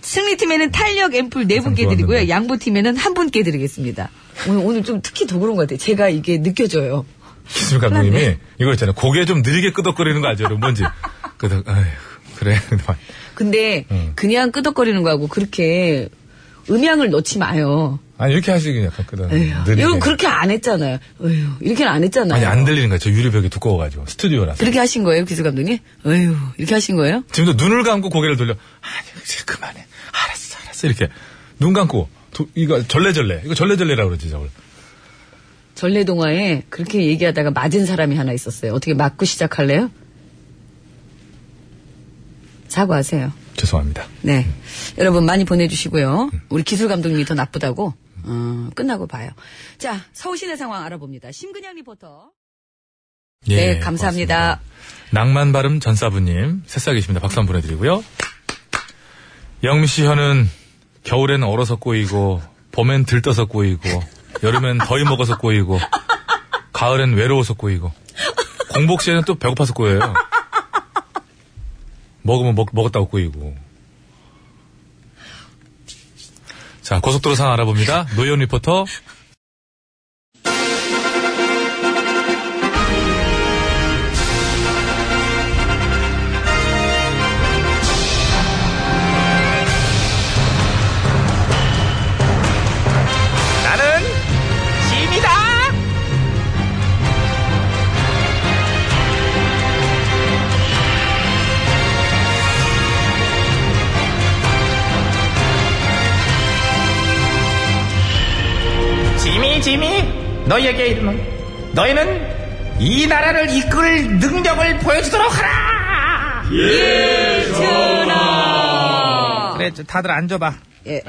Speaker 2: 승리팀에는 탄력 앰플 4분께 드리고요. 양보팀에는 한 분께 드리겠습니다. 오늘, 오늘 좀 특히 더 그런 것 같아요. 제가 이게 느껴져요.
Speaker 3: 기술
Speaker 2: 네.
Speaker 3: 감독님이 이거 있잖아요. 고개 좀 느리게 끄덕거리는 거 알죠, 여러분?
Speaker 2: (laughs)
Speaker 3: 뭔지. 끄덕, 아휴, 그래. (laughs)
Speaker 2: 근데
Speaker 3: 음.
Speaker 2: 그냥 끄덕거리는 거하고 그렇게 음향을 넣지 마요.
Speaker 3: 아니, 이렇게 하시기 약간 끄덕. 느리게.
Speaker 2: 여러분 네. 그렇게 안 했잖아요. 어휴, 이렇게는 안 했잖아요.
Speaker 3: 아니, 안 들리는 거예요. 저 유리벽이 두꺼워가지고. 스튜디오라서.
Speaker 2: 그렇게 하신 거예요, 기술 감독님? 어휴, 이렇게 하신 거예요?
Speaker 3: 지금도 눈을 감고 고개를 돌려. 아니, 이제 그만해. 알았어, 알았어. 이렇게. 눈 감고. 두- 이거 절레절레. 이거 절레절레라고 그러지, 저걸.
Speaker 2: 전래동화에 그렇게 얘기하다가 맞은 사람이 하나 있었어요. 어떻게 맞고 시작할래요? 사과하세요.
Speaker 3: 죄송합니다.
Speaker 2: 네. 여러분 많이 보내주시고요. 우리 기술 감독님이 더 나쁘다고? 어, 끝나고 봐요. 자, 서울시내 상황 알아봅니다. 심근양 리포터.
Speaker 3: 예,
Speaker 2: 네, 감사합니다.
Speaker 3: 낭만 발음 전사부님, 새싹이십니다. 박수 한번 보내드리고요. 영미씨현은 겨울엔 얼어서 꼬이고, 봄엔 들떠서 꼬이고, 여름엔 더위 먹어서 꼬이고, 가을엔 외로워서 꼬이고, 공복시에는 또 배고파서 꼬여요. 먹으면 먹, 먹었다고 꼬이고. 자, 고속도로 상황 알아봅니다. 노현 리포터.
Speaker 4: 나는 짐이다.
Speaker 5: 지미 지미 너희에게 이르는 너희는 이 나라를 이끌 능력을 보여주도록 하라. 예 전하. 그래 저, 다들 앉아봐.
Speaker 2: 예.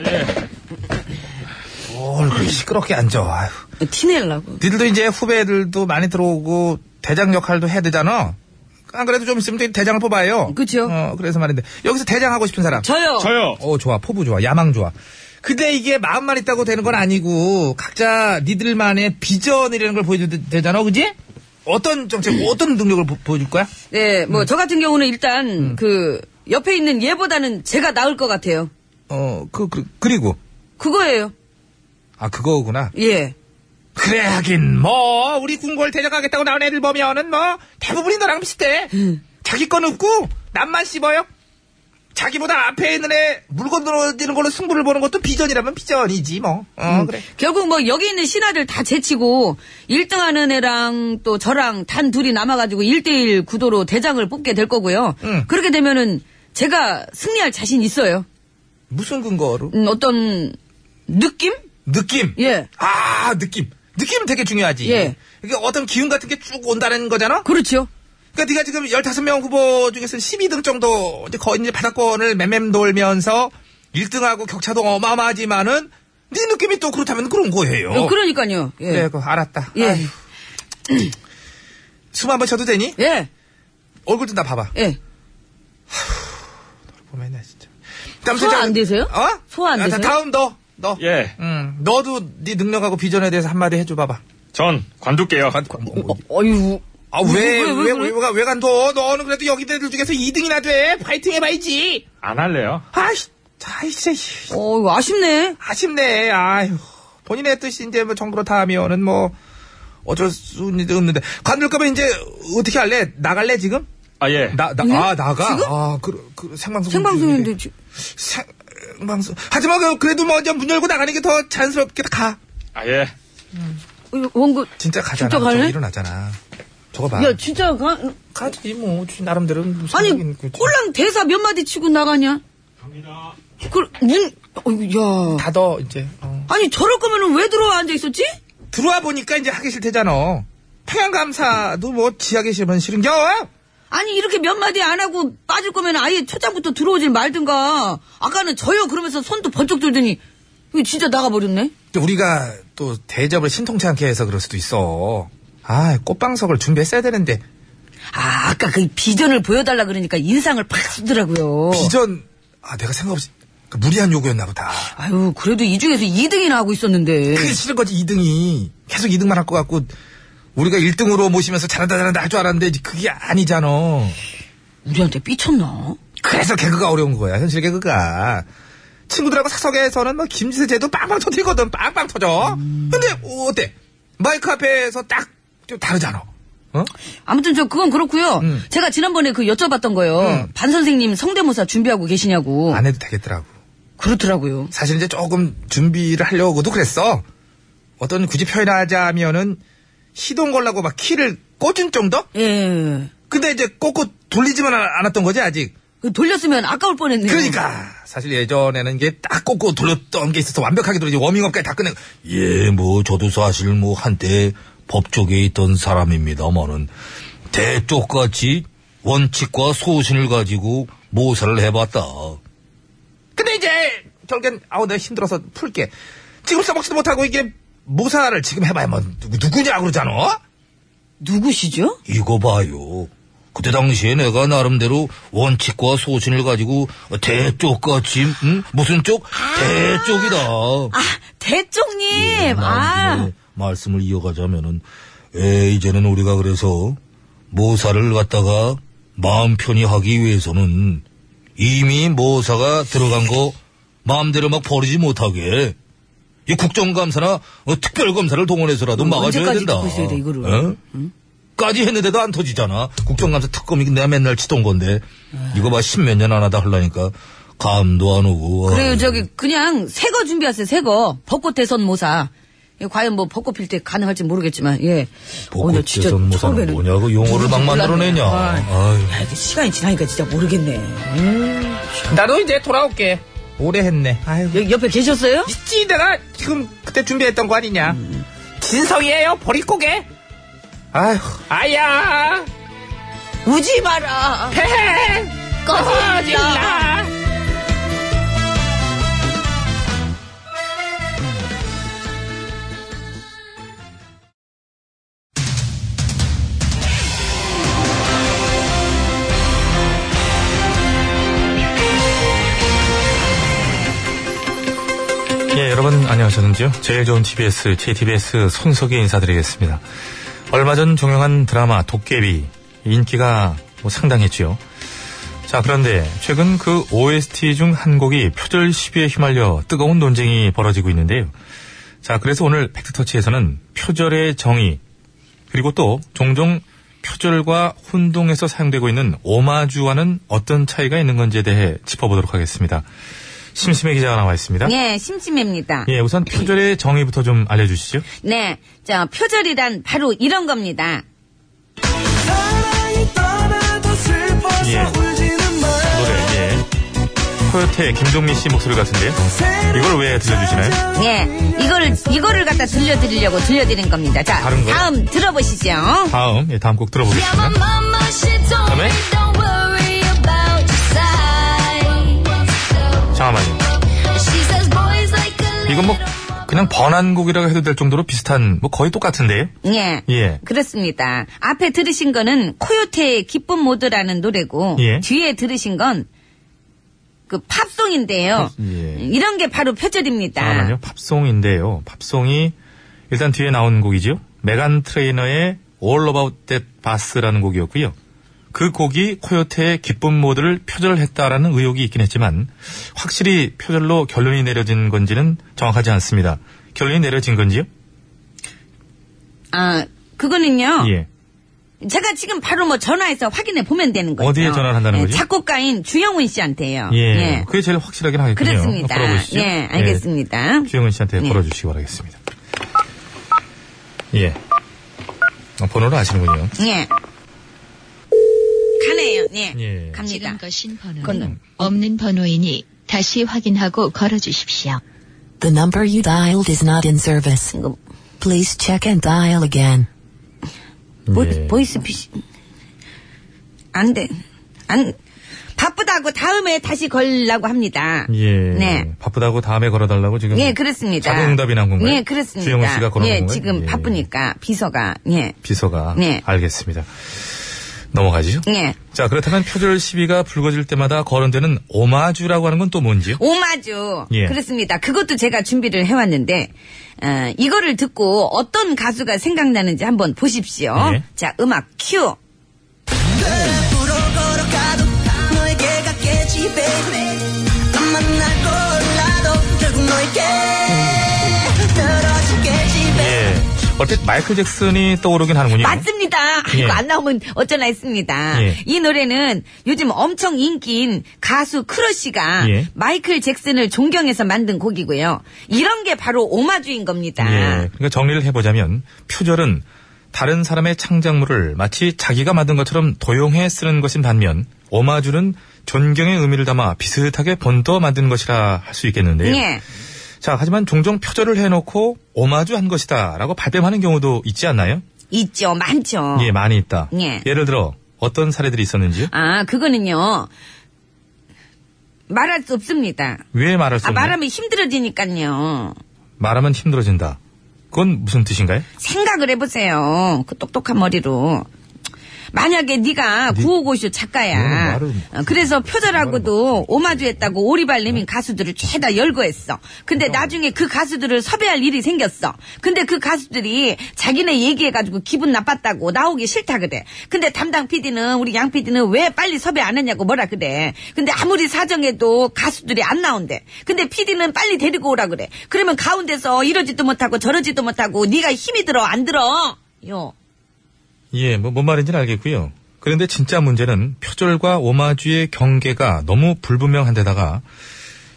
Speaker 6: 뭘 그렇게 시끄럽게 앉아. 아휴.
Speaker 2: 어, 티내려고.
Speaker 6: 니들도 이제 후배들도 많이 들어오고 대장 역할도 해야 되잖아. 안 그래도 좀 있으면 또 대장을 뽑아요.
Speaker 2: 그죠?
Speaker 6: 어, 그래서 말인데 여기서 대장 하고 싶은 사람.
Speaker 2: 저요.
Speaker 6: 저요. 어, 좋아. 포부 좋아. 야망 좋아. 근데 이게 마음만 있다고 되는 건 아니고 각자 니들만의 비전이라는 걸 보여줘야 되- 되잖아, 그지? 어떤 정책, 어떤 능력을 보, 보여줄 거야?
Speaker 2: 네,
Speaker 3: 음.
Speaker 2: 뭐, 저 같은 경우는 일단, 그, 옆에 있는 얘보다는 제가 나을 것 같아요.
Speaker 6: 어, 그, 그 그리고
Speaker 2: 그거예요.
Speaker 6: 아 그거구나.
Speaker 2: 예.
Speaker 6: 그래 하긴 뭐 우리 궁궐 대적하겠다고 나온 애들 보면은 뭐 대부분이 너랑 비슷해 자기 건 없고 남만 씹어요 자기보다 앞에 있는 애 물건 떨어지는 걸로 승부를 보는 것도 비전이라면 비전이지 뭐 어 그래
Speaker 2: 결국 뭐 여기 있는 신하들 다 제치고 1등 하는 애랑 또 저랑 단 둘이 남아가지고 1대1 구도로 대장을 뽑게 될 거고요. 그렇게 되면은 제가 승리할 자신 있어요.
Speaker 6: 무슨 근거로
Speaker 2: 음, 어떤 느낌?
Speaker 6: 느낌
Speaker 2: 예.
Speaker 6: 아 느낌 느낌 되게 중요하지
Speaker 2: 예.
Speaker 6: 이게 어떤 기운 같은 게 쭉 온다는 거잖아
Speaker 2: 그렇죠.
Speaker 6: 그러니까 네가 지금 15명 후보 중에서 12등 정도 이제 거의 이제 바닥권을 맴맴 돌면서 1등하고 격차도 어마어마하지만은 네 느낌이 또 그렇다면 그런 거예요. 네,
Speaker 2: 어, 그러니까요. 예.
Speaker 11: 네.
Speaker 6: 그래, 그거 알았다.
Speaker 2: 예.
Speaker 6: 아휴. (clears throat) 숨 한번 쉬어도 되니?
Speaker 2: 예.
Speaker 6: 얼굴 좀 다 봐봐.
Speaker 2: 예.
Speaker 6: 보면 나 진짜.
Speaker 2: 소화 안 되세요?
Speaker 6: 어?
Speaker 2: 소화 안
Speaker 6: 아, 다-
Speaker 2: 되세요?
Speaker 6: 다음 너. 너.
Speaker 12: 예.
Speaker 6: 음, 너도 네 능력하고 비전에 대해서 한마디 해줘 봐봐.
Speaker 12: 전 관둘게요.
Speaker 2: 어유.
Speaker 6: 뭐, 아, 왜,
Speaker 2: 왜,
Speaker 6: 왜, 왜,
Speaker 2: 왜,
Speaker 6: 왜,
Speaker 2: 그래?
Speaker 6: 가- 왜 간도? 너는 그래도 여기 애들 중에서 2등이나 돼. 파이팅 해봐야지.
Speaker 12: 안 할래요.
Speaker 6: 아이씨, 아이씨.
Speaker 2: 어유 아쉽네.
Speaker 6: 아쉽네. 아휴. 본인의 뜻이 이제 뭐 정부로 다 하면은 뭐 어쩔 수 없는데. 관둘 거면 이제 어떻게 할래? 나갈래 지금?
Speaker 12: 아 예.
Speaker 6: 나, 나,
Speaker 2: 예?
Speaker 6: 아, 나가?
Speaker 2: 지금?
Speaker 6: 아, 그, 그, 생방송.
Speaker 2: 생방송인데 지-
Speaker 6: 중인데. 생방송. 하지만 그- 그래도 뭐 이제 문 열고 나가는 게 더 자연스럽게 가.
Speaker 12: 아 예.
Speaker 2: 어유, 원고.
Speaker 6: 진짜 가잖아.
Speaker 2: 진짜 갈래?
Speaker 6: 저거 일어나잖아. 저거 봐.
Speaker 2: 야 진짜 가...
Speaker 6: 가지 뭐. 나름대로. 무슨
Speaker 2: 아니
Speaker 6: 생각이 있고.
Speaker 2: 꼴랑 대사 몇 마디 치고 나가냐? 그문 어유 야.
Speaker 6: 다 더, 이제. 어.
Speaker 2: 아니 저럴 거면은 왜 들어와 앉아 있었지?
Speaker 6: 들어와 보니까 이제 하기 싫대잖아. 평양감사도 뭐 지하기 싫으면 싫은겨?
Speaker 2: 아니 이렇게 몇 마디 안 하고 빠질 거면 아예 초장부터 들어오질 말든가 아까는 저요 그러면서 손도 번쩍 들더니 이거 진짜 나가버렸네
Speaker 6: 근데 우리가 또 대접을 신통치 않게 해서 그럴 수도 있어. 아, 꽃방석을 준비했어야 되는데
Speaker 2: 아 아까 그 비전을 보여달라 그러니까 인상을 팍 쓰더라고요
Speaker 6: 비전 아 내가 생각 없이 그 무리한 요구였나 보다.
Speaker 2: 아유 그래도 이 중에서 2등이나 하고 있었는데
Speaker 6: 그게 싫은 거지 2등이 계속 2등만 할 것 같고 우리가 1등으로 모시면서 잘한다 잘한다 할 줄 알았는데 이제 그게 아니잖아.
Speaker 2: 우리한테 삐쳤나?
Speaker 6: 그래서 개그가 어려운 거야, 현실 개그가. 친구들하고 사석에서는 뭐 김세재도 빵빵 터뜨리거든, 빵빵 터져. 근데, 어, 어때? 마이크 앞에서 딱 좀 다르잖아. 어?
Speaker 2: 아무튼 저 그건 그렇고요. 제가 지난번에 그 여쭤봤던 거요. 반 선생님 성대모사 준비하고 계시냐고.
Speaker 6: 안 해도 되겠더라고.
Speaker 2: 아, 그렇더라고요.
Speaker 6: 사실 이제 조금 준비를 하려고도 그랬어. 어떤 굳이 표현하자면은 시동 걸라고 막 키를 꽂은 정도?
Speaker 2: 예.
Speaker 6: 근데 이제 꽂고 돌리지만 아- 않았던 거지 아직.
Speaker 2: 그 돌렸으면 아까울 뻔했네요.
Speaker 6: 그러니까 사실 예전에는 이게 딱 꽂고 돌렸던 게 있어서 완벽하게 돌리지 워밍업까지 다 끝내고 예 뭐 저도 사실 뭐 한때 법 쪽에 있던 사람입니다만은 대쪽같이 원칙과 소신을 가지고 모사를 해봤다. 근데 이제 결국엔 아우 내가 힘들어서 풀게 지금 써먹지도 못하고 이게 모사를 지금 해봐야 뭐 누구- 누구냐 그러잖아.
Speaker 2: 누구시죠?
Speaker 6: 이거 봐요. 그때 당시에 내가 나름대로 원칙과 소신을 가지고 대쪽같이 응? 무슨 쪽? 대쪽이다.
Speaker 2: 아, 대쪽님!
Speaker 6: 음,
Speaker 2: 아,
Speaker 6: 난 네, 이제 말씀을 이어가자면은 에, 이제는 우리가 그래서 모사를 갖다가 마음 편히 하기 위해서는 이미 모사가 들어간 거 마음대로 막 버리지 못하게 이 국정감사나 어, 특별검사를 동원해서라도
Speaker 2: 어,
Speaker 6: 막아줘야
Speaker 2: 언제까지
Speaker 6: 된다.
Speaker 2: 듣고 있어야 돼, 이거를? 음?
Speaker 6: 어? 까지 했는데도 안 터지잖아. 국정감사 특검이 내가 맨날 치던 건데 이거 봐 십몇 년 안 하다 하려니까 감도 안 오고.
Speaker 2: 그래요,
Speaker 6: 아유.
Speaker 2: 저기, 그냥 새 거 준비하세요, 새 거. 벚꽃 대선 모사. 예, 과연 뭐 벚꽃 필 때 가능할지 모르겠지만, 예.
Speaker 6: 벚꽃
Speaker 2: 어, 나 진짜
Speaker 6: 대선 모사는
Speaker 2: 처음에는
Speaker 6: 뭐냐고 용어를 막
Speaker 2: 누군지
Speaker 6: 만들어내냐.
Speaker 2: 몰랐네.
Speaker 6: 아유.
Speaker 2: 야, 이게 시간이 지나니까 진짜 모르겠네.
Speaker 5: 나도 이제 돌아올게. 오래 했네. 아유.
Speaker 2: 여기 옆에 계셨어요?
Speaker 5: 있지, 내가 지금 그때 준비했던 거 아니냐.
Speaker 3: 음.
Speaker 5: 진성이에요, 버릿고개.
Speaker 6: 아휴.
Speaker 5: 아야,
Speaker 2: 우지 마라.
Speaker 5: 폐! 꺼질라!
Speaker 3: 예, 여러분 안녕하셨는지요? 제일 좋은 TBS, JTBS 손석희 인사드리겠습니다. 얼마 전 종영한 드라마 도깨비 인기가 뭐 상당했죠. 자, 그런데 최근 그 OST 중 한 곡이 표절 시비에 휘말려 뜨거운 논쟁이 벌어지고 있는데요. 자, 그래서 오늘 팩트터치에서는 표절의 정의 그리고 또 종종 표절과 혼동해서 사용되고 있는 오마주와는 어떤 차이가 있는 건지에 대해 짚어보도록 하겠습니다. 심심해 기자가 나와 있습니다.
Speaker 2: 예, 심심해입니다.
Speaker 3: 예, 우선 표절의 정의부터 좀 알려주시죠.
Speaker 2: 네, 자, 표절이란 바로 이런 겁니다.
Speaker 3: 예. 노래, 예. 토요태 김종민 씨 목소리 같은데요. 이걸 왜 들려주시나요?
Speaker 2: 예, 이거를, 이거를 갖다 들려드리려고 들려드린 겁니다. 자,
Speaker 3: 다른 거요?
Speaker 2: 다음 들어보시죠.
Speaker 3: 다음, 예, 다음 곡 들어보겠습니다. 다음에? 잠깐만요. 이건 뭐, 그냥 번안곡이라고 해도 될 정도로 비슷한, 뭐 거의 똑같은데요?
Speaker 2: 예.
Speaker 3: 예.
Speaker 2: 그렇습니다. 앞에 들으신 거는 코요태의 기쁨 모드라는 노래고
Speaker 3: 예.
Speaker 2: 뒤에 들으신 건 그 팝송인데요.
Speaker 3: 예. 아,
Speaker 2: 이런 게 바로 표절입니다.
Speaker 3: 잠깐만요. 팝송인데요. 팝송이 일단 뒤에 나온 곡이죠. 메간 트레이너의 All About That Bass라는 곡이었고요. 그 곡이 코요태의 기쁨 모드를 표절했다라는 의혹이 있긴 했지만 확실히 표절로 결론이 내려진 건지는 정확하지 않습니다. 결론이 내려진 건지요?
Speaker 2: 아, 그거는요.
Speaker 3: 예.
Speaker 2: 제가 지금 바로 뭐 전화해서 확인해 보면 되는 거죠.
Speaker 3: 어디에 전화를 한다는
Speaker 2: 예,
Speaker 3: 거지?
Speaker 2: 작곡가인 주영훈 씨한테요.
Speaker 3: 예. 그게 제일 확실하긴 하겠군요.
Speaker 2: 그렇습니다.
Speaker 3: 걸어보시죠.
Speaker 2: 예, 알겠습니다.
Speaker 3: 예, 주영은 씨한테
Speaker 2: 예.
Speaker 3: 걸어주시기 바라겠습니다. 예. 어, 번호를 아시는군요.
Speaker 2: 예. 가네요. 예.
Speaker 3: 예.
Speaker 2: 갑니다.
Speaker 13: 지금 거신 번호는
Speaker 2: 그건-
Speaker 13: 없는 번호이니 다시 확인하고 걸어주십시오.
Speaker 14: The number you dialed is not in service.
Speaker 2: 이거
Speaker 14: Please check and dial again.
Speaker 2: 보,
Speaker 3: 예.
Speaker 2: 보이스 피시. 안 돼. 안, 바쁘다고 다음에 다시 걸라고 합니다.
Speaker 3: 예.
Speaker 2: 네.
Speaker 3: 바쁘다고 다음에 걸어달라고 지금.
Speaker 2: 예, 그렇습니다.
Speaker 3: 자동응답이 난 건가요?
Speaker 2: 예, 그렇습니다.
Speaker 3: 주영훈 씨가 걸어놓은
Speaker 2: 예,
Speaker 3: 건가요?
Speaker 2: 지금
Speaker 3: 예.
Speaker 2: 바쁘니까 비서가 예,
Speaker 3: 비서가.
Speaker 2: 네.
Speaker 3: 알겠습니다. 넘어가죠.
Speaker 2: 예.
Speaker 3: 자, 그렇다면 표절 시비가 불거질 때마다 거론되는 오마주라고 하는 건 또 뭔지요?
Speaker 2: 오마주.
Speaker 3: 예.
Speaker 2: 그렇습니다. 그것도 제가 준비를 해왔는데 어, 이거를 듣고 어떤 가수가
Speaker 3: 네.
Speaker 2: 생각나는지 한번 보십시오.
Speaker 3: 예.
Speaker 2: 자, 음악 큐.
Speaker 3: 예. 어쨌든 마이클 잭슨이 떠오르긴 하는군요.
Speaker 2: 맞습니다.
Speaker 3: 예.
Speaker 2: 이거 안 나오면 어쩌나 했습니다.
Speaker 3: 예.
Speaker 2: 이 노래는 요즘 엄청 인기인 가수 크러쉬가
Speaker 3: 예.
Speaker 2: 마이클 잭슨을 존경해서 만든 곡이고요. 이런 게 바로 오마주인 겁니다.
Speaker 3: 예. 그러니까 정리를 해보자면 표절은 다른 사람의 창작물을 마치 자기가 만든 것처럼 도용해 쓰는 것인 반면 오마주는 존경의 의미를 담아 비슷하게 번떠 만든 것이라 할 수 있겠는데요.
Speaker 2: 예.
Speaker 3: 자, 하지만 종종 표절을 해놓고 오마주 한 것이다라고 발뺌하는 경우도 있지 않나요?
Speaker 2: 있죠, 많죠.
Speaker 3: 예, 많이 있다.
Speaker 2: 예.
Speaker 3: 예를 들어 어떤 사례들이 있었는지요?
Speaker 2: 아, 그거는요. 말할 수 없습니다.
Speaker 3: 왜 말할 수
Speaker 2: 아,
Speaker 3: 없는?
Speaker 2: 말하면 힘들어지니까요.
Speaker 3: 말하면 힘들어진다. 그건 무슨 뜻인가요?
Speaker 2: 생각을 해보세요. 그 똑똑한 머리로. 만약에 네가 구호고쇼 작가야.
Speaker 3: 말을
Speaker 2: 어, 그래서 표절하고도 오마주했다고 오리발 내민 가수들을 죄다 열거했어. 근데 나중에 그 가수들을 섭외할 일이 생겼어. 근데 그 가수들이 자기네 얘기해가지고 기분 나빴다고 나오기 싫다 그래. 근데 담당 PD는 우리 양 PD는 왜 빨리 섭외 안 하냐고 뭐라 그래. 근데 아무리 사정해도 가수들이 안 나온대. 근데 PD는 빨리 데리고 오라 그래. 그러면 가운데서 이러지도 못하고 저러지도 못하고 네가 힘이 들어 안 들어? 요.
Speaker 3: 예, 뭐, 뭔 말인지는 알겠고요. 그런데 진짜 문제는 표절과 오마주의 경계가 너무 불분명한 데다가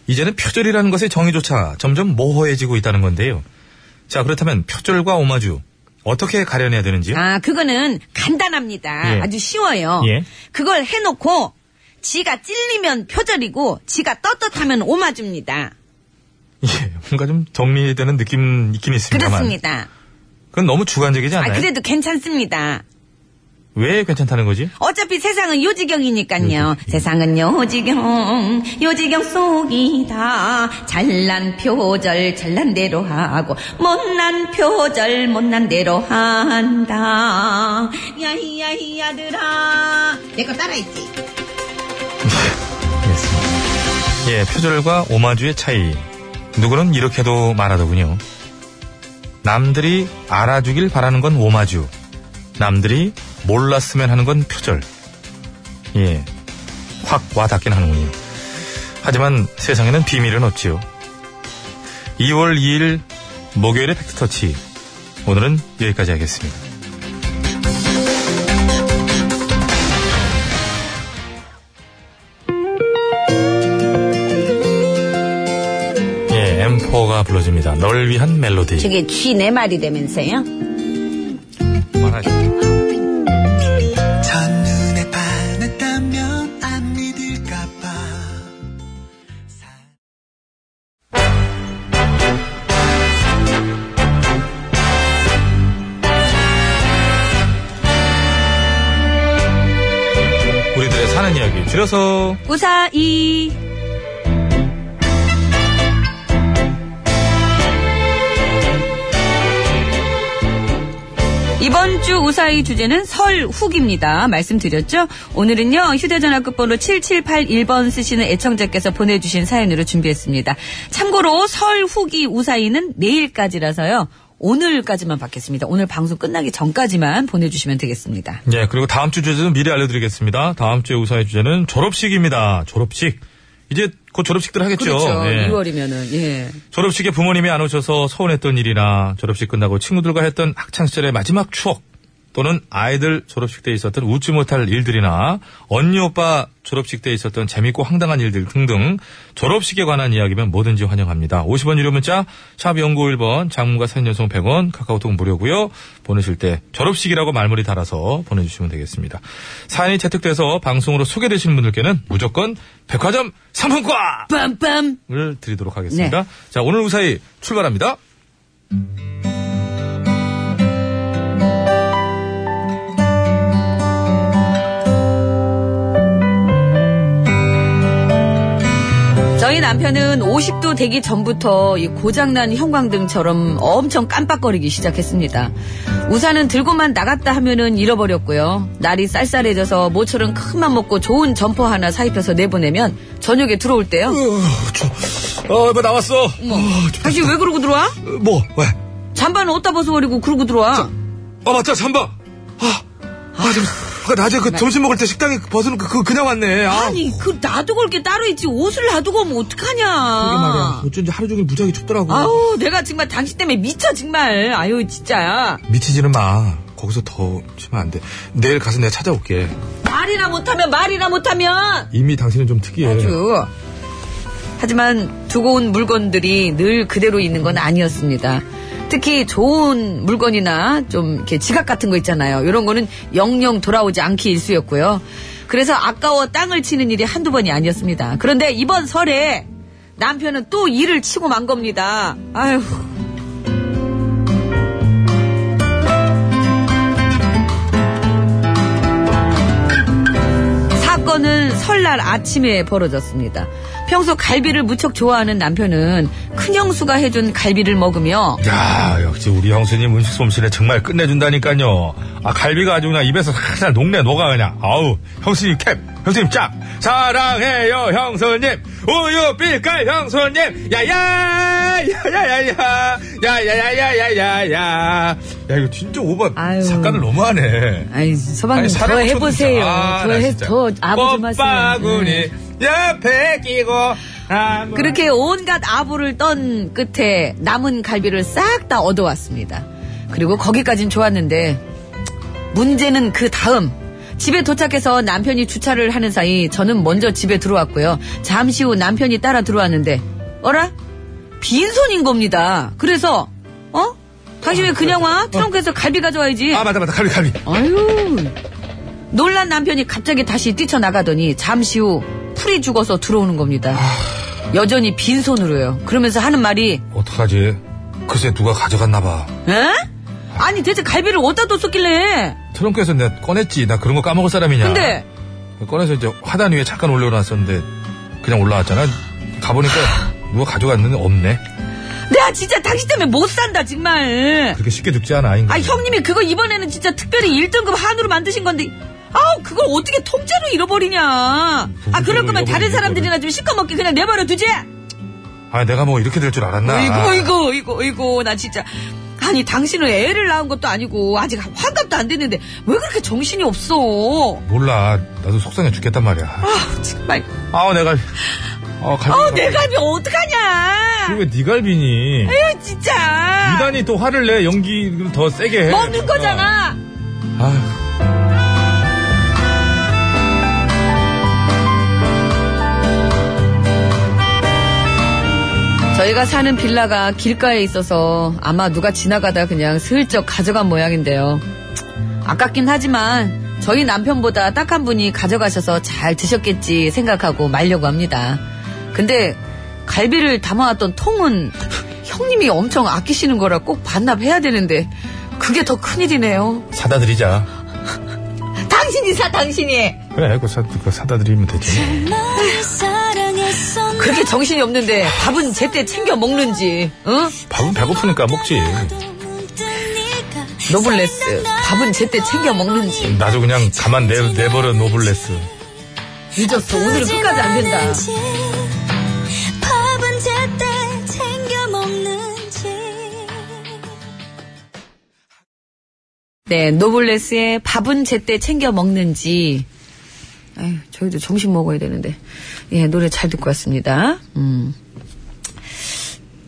Speaker 3: 이제는 표절이라는 것의 정의조차 점점 모호해지고 있다는 건데요. 자, 그렇다면 표절과 오마주 어떻게 가려내야 되는지요?
Speaker 2: 아, 그거는 간단합니다.
Speaker 3: 예.
Speaker 2: 아주 쉬워요.
Speaker 3: 예.
Speaker 2: 그걸 해놓고 지가 찔리면 표절이고 지가 떳떳하면 오마주입니다.
Speaker 3: 예, 뭔가 좀 정리되는 느낌 있긴 있습니다만.
Speaker 2: 그렇습니다.
Speaker 3: 그건 너무 주관적이지 않나요?
Speaker 2: 아, 그래도 괜찮습니다.
Speaker 3: 왜 괜찮다는 거지?
Speaker 2: 어차피 세상은 요지경이니까요. 예. 세상은 요지경, 요지경 속이다. 잘난 표절, 잘난 대로 하고, 못난 표절, 못난 대로 한다. 야이야이야들아. 내 거 따라했지?
Speaker 3: 예, 표절과 오마주의 차이. 누구는 이렇게도 말하더군요. 남들이 알아주길 바라는 건 오마주. 남들이 몰랐으면 하는 건 표절. 예, 확 와닿긴 하는군요. 하지만 세상에는 비밀은 없지요. 2월 2일 목요일의 팩트터치. 오늘은 여기까지 하겠습니다. 예, M4가 불러줍니다. 널 위한 멜로디.
Speaker 2: 저게 쥐네 말이 되면서요?
Speaker 3: 말하지.
Speaker 9: 첫눈에 반했다면 안 믿을까봐
Speaker 3: 우리들의 사는 이야기 줄여서
Speaker 2: 우사이. 이번 주 우사의 주제는 설훅입니다. 말씀드렸죠? 오늘은요, 휴대전화 끝번호 7781번 쓰시는 애청자께서 보내주신 사연으로 준비했습니다. 참고로 설훅이 우사이는 내일까지라서요, 오늘까지만 받겠습니다. 오늘 방송 끝나기 전까지만 보내주시면 되겠습니다.
Speaker 3: 예, 그리고 다음 주 주제도 미리 알려드리겠습니다. 다음 주에 우사의 주제는 졸업식입니다. 졸업식. 이제 곧 졸업식들 하겠죠. 예.
Speaker 2: 그렇죠. 6월이면은, 예.
Speaker 3: 졸업식에 부모님이 안 오셔서 서운했던 일이나 졸업식 끝나고 친구들과 했던 학창시절의 마지막 추억 또는 아이들 졸업식 때 있었던 웃지 못할 일들이나 언니 오빠 졸업식 때 있었던 재밌고 황당한 일들 등등 졸업식에 관한 이야기면 뭐든지 환영합니다. 50원 유료 문자 샵 0951번 장문과 산연송 100원 카카오톡 무료고요. 보내실 때 졸업식이라고 말머리 달아서 보내주시면 되겠습니다. 사연이 채택돼서 방송으로 소개되신 분들께는 무조건 백화점 상품권!
Speaker 2: 빰빰!
Speaker 3: 을 드리도록 하겠습니다.
Speaker 2: 네.
Speaker 3: 자, 오늘 우사히 출발합니다.
Speaker 2: 저희 남편은 50도 되기 전부터 이 고장난 형광등처럼 엄청 깜빡거리기 시작했습니다. 우산은 들고만 나갔다 하면은 잃어버렸고요. 날이 쌀쌀해져서 모처럼 큰맘 먹고 좋은 점퍼 하나 사입혀서 내보내면 저녁에 들어올 때요.
Speaker 3: 어, 뭐 나왔어.
Speaker 2: 어머, 당신 왜 그러고 들어와?
Speaker 3: 뭐, 왜?
Speaker 2: 잠바는 어디다 벗어버리고 그러고 들어와.
Speaker 3: 아, 맞다, 잠바. 아, 아, 잠
Speaker 6: 아까 낮에 그 점심 먹을 때 식당에 벗은 그, 그 그냥 왔네. 아,
Speaker 2: 아니 그 놔두고 게 따로 있지 옷을 놔두고 오면 어떡하냐
Speaker 6: 그게 말이야. 어쩐지 하루 종일 무지하게 춥더라고.
Speaker 2: 아. 아우 내가 정말 당신 때문에 미쳐 정말 아유 진짜
Speaker 6: 미치지는 마. 거기서 더 치면 안 돼. 내일 가서 내가 찾아올게.
Speaker 2: 말이나 못하면 말이나 못하면
Speaker 6: 이미 당신은 좀 특이해.
Speaker 2: 아주 그, 하지만 두고 온 물건들이 늘 그대로 있는 건 아니었습니다. 특히 좋은 물건이나 좀 이렇게 지갑 같은 거 있잖아요. 이런 거는 영영 돌아오지 않기 일쑤였고요. 그래서 아까워 땅을 치는 일이 한두 번이 아니었습니다. 그런데 이번 설에 남편은 또 일을 치고 만 겁니다. 아휴. 사건은 설날 아침에 벌어졌습니다. 평소 갈비를 무척 좋아하는 남편은 큰형수가 해준 갈비를 먹으며
Speaker 3: 야, 역시 우리 형수님 음식 솜씨는 정말 끝내준다니까요. 아, 갈비가 아주 그냥 입에서 살살 녹네, 녹아, 그냥. 아우, 형수님 캡, 형수님 짝. 사랑해요, 형수님. 우유 빛깔 형수님. 야야! 야야야야! 야야야야야야! 야, 이거 진짜 오바.
Speaker 2: 아유.
Speaker 3: 삭간을 너무하네.
Speaker 2: 아이 소방님
Speaker 3: 아니,
Speaker 2: 더
Speaker 3: 사람
Speaker 2: 해보세요.
Speaker 3: 쳐도 진짜. 아,
Speaker 2: 더,
Speaker 3: 나
Speaker 2: 해,
Speaker 3: 진짜.
Speaker 2: 더 아부 좀 하세요. 네.
Speaker 3: 꽃바구니 옆에 끼고 아무
Speaker 2: 그렇게 온갖 아부를 떤 끝에 남은 갈비를 싹 다 얻어왔습니다. 그리고 거기까진 좋았는데 문제는 그 다음 집에 도착해서 남편이 주차를 하는 사이 저는 먼저 집에 들어왔고요. 잠시 후 남편이 따라 들어왔는데 어라 빈손인 겁니다. 그래서 어 당신 왜 그냥 와 트렁크에서 갈비 가져와야지.
Speaker 3: 어. 아 맞다 맞다 갈비 갈비
Speaker 2: 아유. 놀란 남편이 갑자기 다시 뛰쳐나가더니 잠시 후 풀이 죽어서 들어오는 겁니다. 여전히 빈손으로요. 그러면서 하는 말이,
Speaker 3: 어떡하지 글쎄 누가 가져갔나 봐
Speaker 2: 에? 아니 대체 갈비를 어디다 뒀었길래?
Speaker 3: 트렁크에서 내가 꺼냈지 나 그런 거 까먹을 사람이냐
Speaker 2: 근데
Speaker 3: 꺼내서 이제 화단 위에 잠깐 올려놨었는데 그냥 올라왔잖아 가보니까 누가 가져갔는데 없네
Speaker 2: 내가 진짜 당신 때문에 못 산다 정말.
Speaker 3: 그렇게 쉽게 죽지 않아 아인가
Speaker 2: 아 형님이 그거 이번에는 진짜 특별히 1등급 한우로 만드신 건데 아우 그걸 어떻게 통째로 잃어버리냐. 아 그럴 거면 다른 사람들이나 좀 시커멓게 그냥 내버려 두지.
Speaker 3: 아 내가 뭐 이렇게 될 줄 알았나
Speaker 2: 이고 이고 이고 이고 나 진짜 아니 당신은 애를 낳은 것도 아니고 아직 환갑도 안 됐는데 왜 그렇게 정신이 없어?
Speaker 3: 몰라 나도 속상해 죽겠단 말이야
Speaker 2: 아 정말
Speaker 3: 아우 어, 내가 아그 갈비 아,
Speaker 2: 어 내 갈비 어떡하냐?
Speaker 3: 왜네 갈비니
Speaker 2: 아유 진짜
Speaker 3: 이단이 또 화를 내 연기 더 세게 해 어.
Speaker 2: 먹는 거잖아.
Speaker 3: 아휴
Speaker 2: 저희가 사는 빌라가 길가에 있어서 아마 누가 지나가다 그냥 슬쩍 가져간 모양인데요. 아깝긴 하지만 저희 남편보다 딱 한 분이 가져가셔서 잘 드셨겠지 생각하고 말려고 합니다. 근데 갈비를 담아왔던 통은 형님이 엄청 아끼시는 거라 꼭 반납해야 되는데 그게 더 큰일이네요.
Speaker 3: 사다 드리자
Speaker 2: 당신이 사 당신이
Speaker 3: 그래, 그거 사, 그거 사다 드리면 되지.
Speaker 2: 그렇게 정신이 없는데 밥은 제때 챙겨 먹는지 응?
Speaker 3: 밥은 배고프니까 먹지.
Speaker 2: 노블레스 밥은 제때 챙겨 먹는지
Speaker 3: 나도 그냥 가만 내, 내버려 노블레스.
Speaker 2: 늦었어. 오늘은 끝까지 안 된다.
Speaker 15: 밥은 제때 챙겨 먹는지
Speaker 2: 네, 노블레스의 밥은 제때 챙겨 먹는지. 아유, 저희도 정신 먹어야 되는데. 예, 노래 잘 듣고 왔습니다. 음.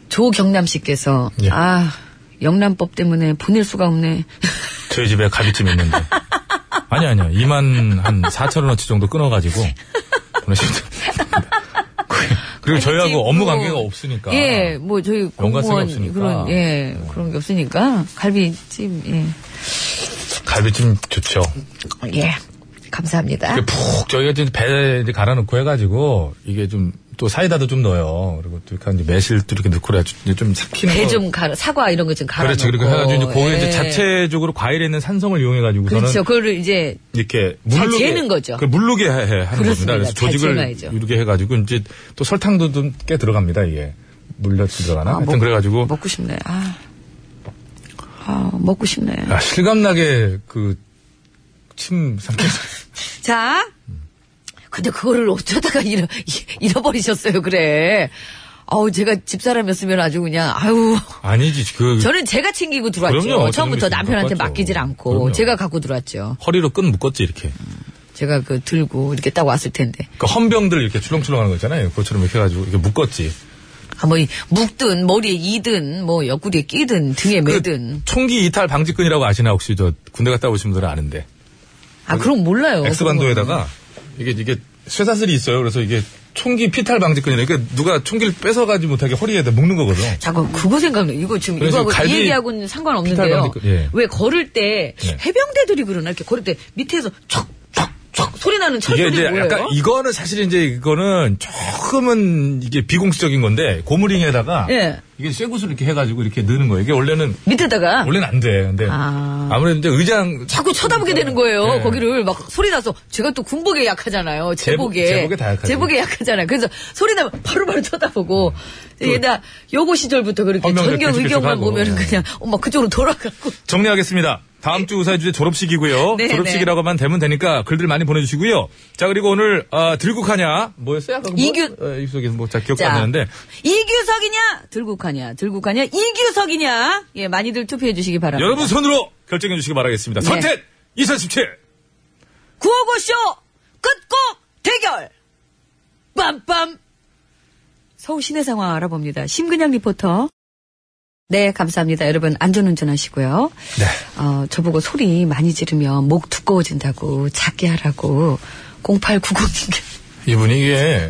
Speaker 2: 조경남 씨께서,
Speaker 3: 예.
Speaker 2: 아, 영란법 때문에 보낼 수가 없네.
Speaker 3: 저희 집에 갈비찜 있는데. 아니, 아니야. 2만 한 4천 원어치 정도 끊어가지고. 보내시면
Speaker 2: (laughs)
Speaker 3: 됩니다. 그리고 저희하고 업무 관계가 없으니까.
Speaker 2: 예, 뭐 저희
Speaker 3: 연관성이
Speaker 2: 공무원
Speaker 3: 아, 없으니까. 네.
Speaker 2: 그런 예 그런 게 없으니까 갈비찜 예,
Speaker 3: 갈비찜 좋죠.
Speaker 2: 예 감사합니다.
Speaker 3: 이게 푹 저희가 이제 배에 이제 갈아넣고 해가지고 이게 좀 또 사이다도 좀 넣어요. 그리고 또 이렇게 한 이제 매실도 이렇게 넣고 그래가지고 좀 삭히는
Speaker 2: 배
Speaker 3: 거. 그렇죠.
Speaker 2: 좀 갈아 사과 이런 거 좀 예. 갈아
Speaker 3: 그렇지. 그리고 해가지고 이제 그걸 이제 자체적으로 과일에 있는 산성을 이용해가지고
Speaker 2: 그렇죠.
Speaker 3: 저는
Speaker 2: 그거를 이제
Speaker 3: 이렇게
Speaker 2: 잘
Speaker 3: 물르게
Speaker 2: 재는 거죠.
Speaker 3: 그 물르게 해, 해- 하는
Speaker 2: 그렇습니다.
Speaker 3: 겁니다. 그래서
Speaker 2: 잘
Speaker 3: 조직을
Speaker 2: 재놔야죠.
Speaker 3: 이렇게 해가지고 이제 또 설탕도 좀 꽤 들어갑니다. 이게 물려 들어가나?
Speaker 2: 아,
Speaker 3: 하여튼
Speaker 2: 먹-
Speaker 3: 그래가지고
Speaker 11: 뭐
Speaker 2: 먹고 싶네. 아, 아 먹고 싶네.
Speaker 3: 야, 실감나게 그 그침 삼켜.
Speaker 2: (laughs) (laughs) 자, 근데 그거를 어쩌다가 잃어, 잃어버리셨어요, 그래. 아우 제가 집사람이었으면 아주 그냥 아유
Speaker 3: 아니지 그
Speaker 2: 저는 제가 챙기고 들어왔죠.
Speaker 3: 그럼요.
Speaker 2: 처음부터
Speaker 3: 저는
Speaker 2: 남편한테
Speaker 3: 갖고 왔죠.
Speaker 2: 맡기질 않고
Speaker 3: 그럼요.
Speaker 2: 제가 갖고 들어왔죠.
Speaker 3: 허리로 끈 묶었지 이렇게.
Speaker 2: 제가 그 들고 이렇게 딱 왔을 텐데.
Speaker 3: 그 헌병들 이렇게 출렁출렁하는 거 있잖아요. 그것처럼 이렇게 해가지고 이렇게 묶었지.
Speaker 2: 아, 뭐, 이 묶든, 머리에 이든, 뭐, 옆구리에 끼든, 등에
Speaker 3: 그
Speaker 2: 매든.
Speaker 3: 총기 이탈 방지끈이라고 아시나 혹시 저 군대 갔다 오신 분들은 아는데.
Speaker 2: 아, 그럼 몰라요.
Speaker 3: 엑스반도에다가 이게 이게 쇠사슬이 있어요. 그래서 이게 총기 피탈 방지끈이래. 그러니까 누가 총기를 뺏어가지 못하게 허리에다 묶는 거거든.
Speaker 2: 잠깐, 그거 생각나. 이거 지금,
Speaker 3: 그래서
Speaker 2: 이거하고
Speaker 3: 갈비
Speaker 2: 이 얘기하고는 상관없는데요.
Speaker 3: 피탈 방지- 예.
Speaker 2: 왜 걸을 때,
Speaker 3: 예.
Speaker 2: 해병대들이 그러나? 이렇게 걸을 때 밑에서 촉, 촉, 촉 소리 나는
Speaker 3: 이게
Speaker 2: 철소리
Speaker 3: 이제
Speaker 2: 뭐예요?
Speaker 3: 약간 이거는 사실 이제 이거는 조금은 이게 비공식적인 건데 고무링에다가
Speaker 2: 예.
Speaker 3: 이게 쇠구슬 이렇게 해가지고 이렇게 넣는 거예요. 이게 원래는
Speaker 2: 밑에다가
Speaker 3: 원래는 안 돼. 근데
Speaker 2: 아.
Speaker 3: 아무래도 이제 의장
Speaker 2: 자꾸 쳐다보게 되는 거예요.
Speaker 3: 네.
Speaker 2: 거기를 막 소리 나서 제가 또 군복에 약하잖아요.
Speaker 3: 제복-
Speaker 2: 제복에
Speaker 3: 제복에 다 약하죠.
Speaker 2: 잖아요 그래서 소리 나면 바로바로 쳐다보고 이게 나 요고 시절부터 그렇게
Speaker 3: 헌명들
Speaker 2: 전경
Speaker 3: 계속
Speaker 2: 의경만
Speaker 3: 계속하고. 네.
Speaker 2: 보면은 그냥 엄마 그쪽으로 돌아가고
Speaker 3: 정리하겠습니다. 다음 주 의사의 주제 졸업식이고요.
Speaker 2: 네,
Speaker 3: 졸업식이라고만 되면 되니까 글들 많이 보내주시고요. 자 그리고 오늘 아, 들국하냐 뭐였어요? 아까 뭐,
Speaker 2: 이규-
Speaker 3: 어, 입속에서 뭐잘 기억
Speaker 2: 자.
Speaker 3: 안 나는데
Speaker 2: 이규석이냐 들국하냐 들국하냐 이규석이냐 예 많이들 투표해 주시기 바랍니다.
Speaker 3: 여러분 손으로 결정해 주시기 바라겠습니다.
Speaker 2: 네.
Speaker 3: 선택 2017
Speaker 2: 구호고쇼 끝곡 대결 빰빰 서울 시내 상황 알아봅니다. 심근양 리포터. 네, 감사합니다. 여러분, 안전운전 하시고요.
Speaker 3: 네.
Speaker 2: 어, 저보고 소리 많이 지르면 목 두꺼워진다고 작게 하라고 0890님께.
Speaker 3: 네, 이분이 이게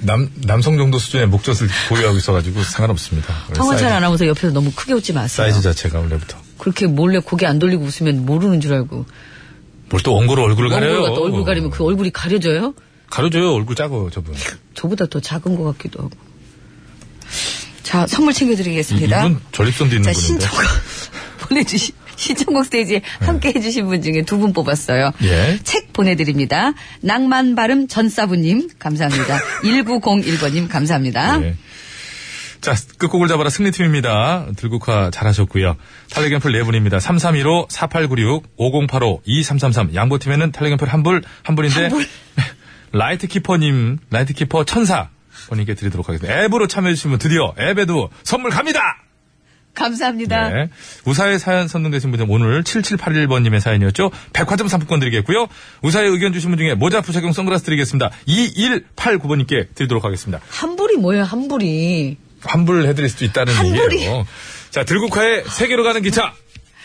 Speaker 3: 남 남성 정도 수준의 목젖을 보유하고 있어가지고 상관없습니다.
Speaker 2: 성원찬 아나운서 옆에서 너무 크게 웃지 마세요.
Speaker 3: 사이즈 자체가 원래부터
Speaker 2: 그렇게 몰래 고개 안 돌리고 웃으면 모르는 줄 알고.
Speaker 3: 뭘 또 원고로 얼굴을 가려요?
Speaker 2: 얼굴, 얼굴 가리면 그 얼굴이 가려져요?
Speaker 3: 가려줘요 얼굴 짜고 저분.
Speaker 2: 저보다 더 작은 것 같기도 하고. 자, 선물 챙겨드리겠습니다.
Speaker 3: 이분 전립선도 있는
Speaker 2: 자,
Speaker 3: 분인데.
Speaker 2: 신청곡 (laughs) 보내주신, 신청곡 스테이지에 함께 해주신 분 중에 두 분 뽑았어요.
Speaker 3: 네. 예.
Speaker 2: 책 보내드립니다. 낭만 발음 전사부님,
Speaker 3: (laughs)
Speaker 2: 감사합니다. 1901번님, 감사합니다.
Speaker 3: 예. 자, 끝곡을 잡아라 승리팀입니다. 들국화 잘하셨고요. 탈레견풀 4분입니다. 3315, 4896, 5085, 2333. 양보팀에는 탈레견풀 한 불, 한 불인데. (laughs) 라이트키퍼님, 라이트키퍼 천사. 본인께 드리도록 하겠습니다. 앱으로 참여해주시면 드디어 앱에도 선물 갑니다!
Speaker 2: 감사합니다.
Speaker 3: 네. 우사의 사연 선정되신 분들 오늘 7781번님의 사연이었죠. 백화점 상품권 드리겠고요. 우사의 의견 주신 분 중에 모자 부착용 선글라스 드리겠습니다. 2189번님께 드리도록 하겠습니다.
Speaker 2: 한불이 뭐예요, 한불이.
Speaker 3: 환불을 해드릴 수도 있다는
Speaker 2: 환불이.
Speaker 3: 얘기예요. 자, 들국화의 세계로 가는 기차.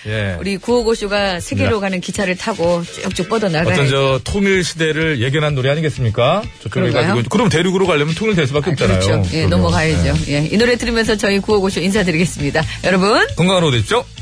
Speaker 3: 예.
Speaker 2: 우리 구호고쇼가 세계로 가는 기차를 타고 쭉쭉
Speaker 3: 네. 어떤
Speaker 2: 뻗어나가요.
Speaker 3: 저 통일 시대를 예견한 노래 아니겠습니까? 저쪽으로
Speaker 2: 네. 그런가요?
Speaker 3: 해가지고 그럼 대륙으로 가려면 통일될 수밖에 없잖아요.
Speaker 2: 그렇죠. 예,
Speaker 3: 그러면.
Speaker 2: 넘어가야죠.
Speaker 3: 예.
Speaker 2: 예. 이 노래 들으면서 저희 구호고쇼 인사드리겠습니다. 여러분.
Speaker 3: 건강한 오후 되십시오.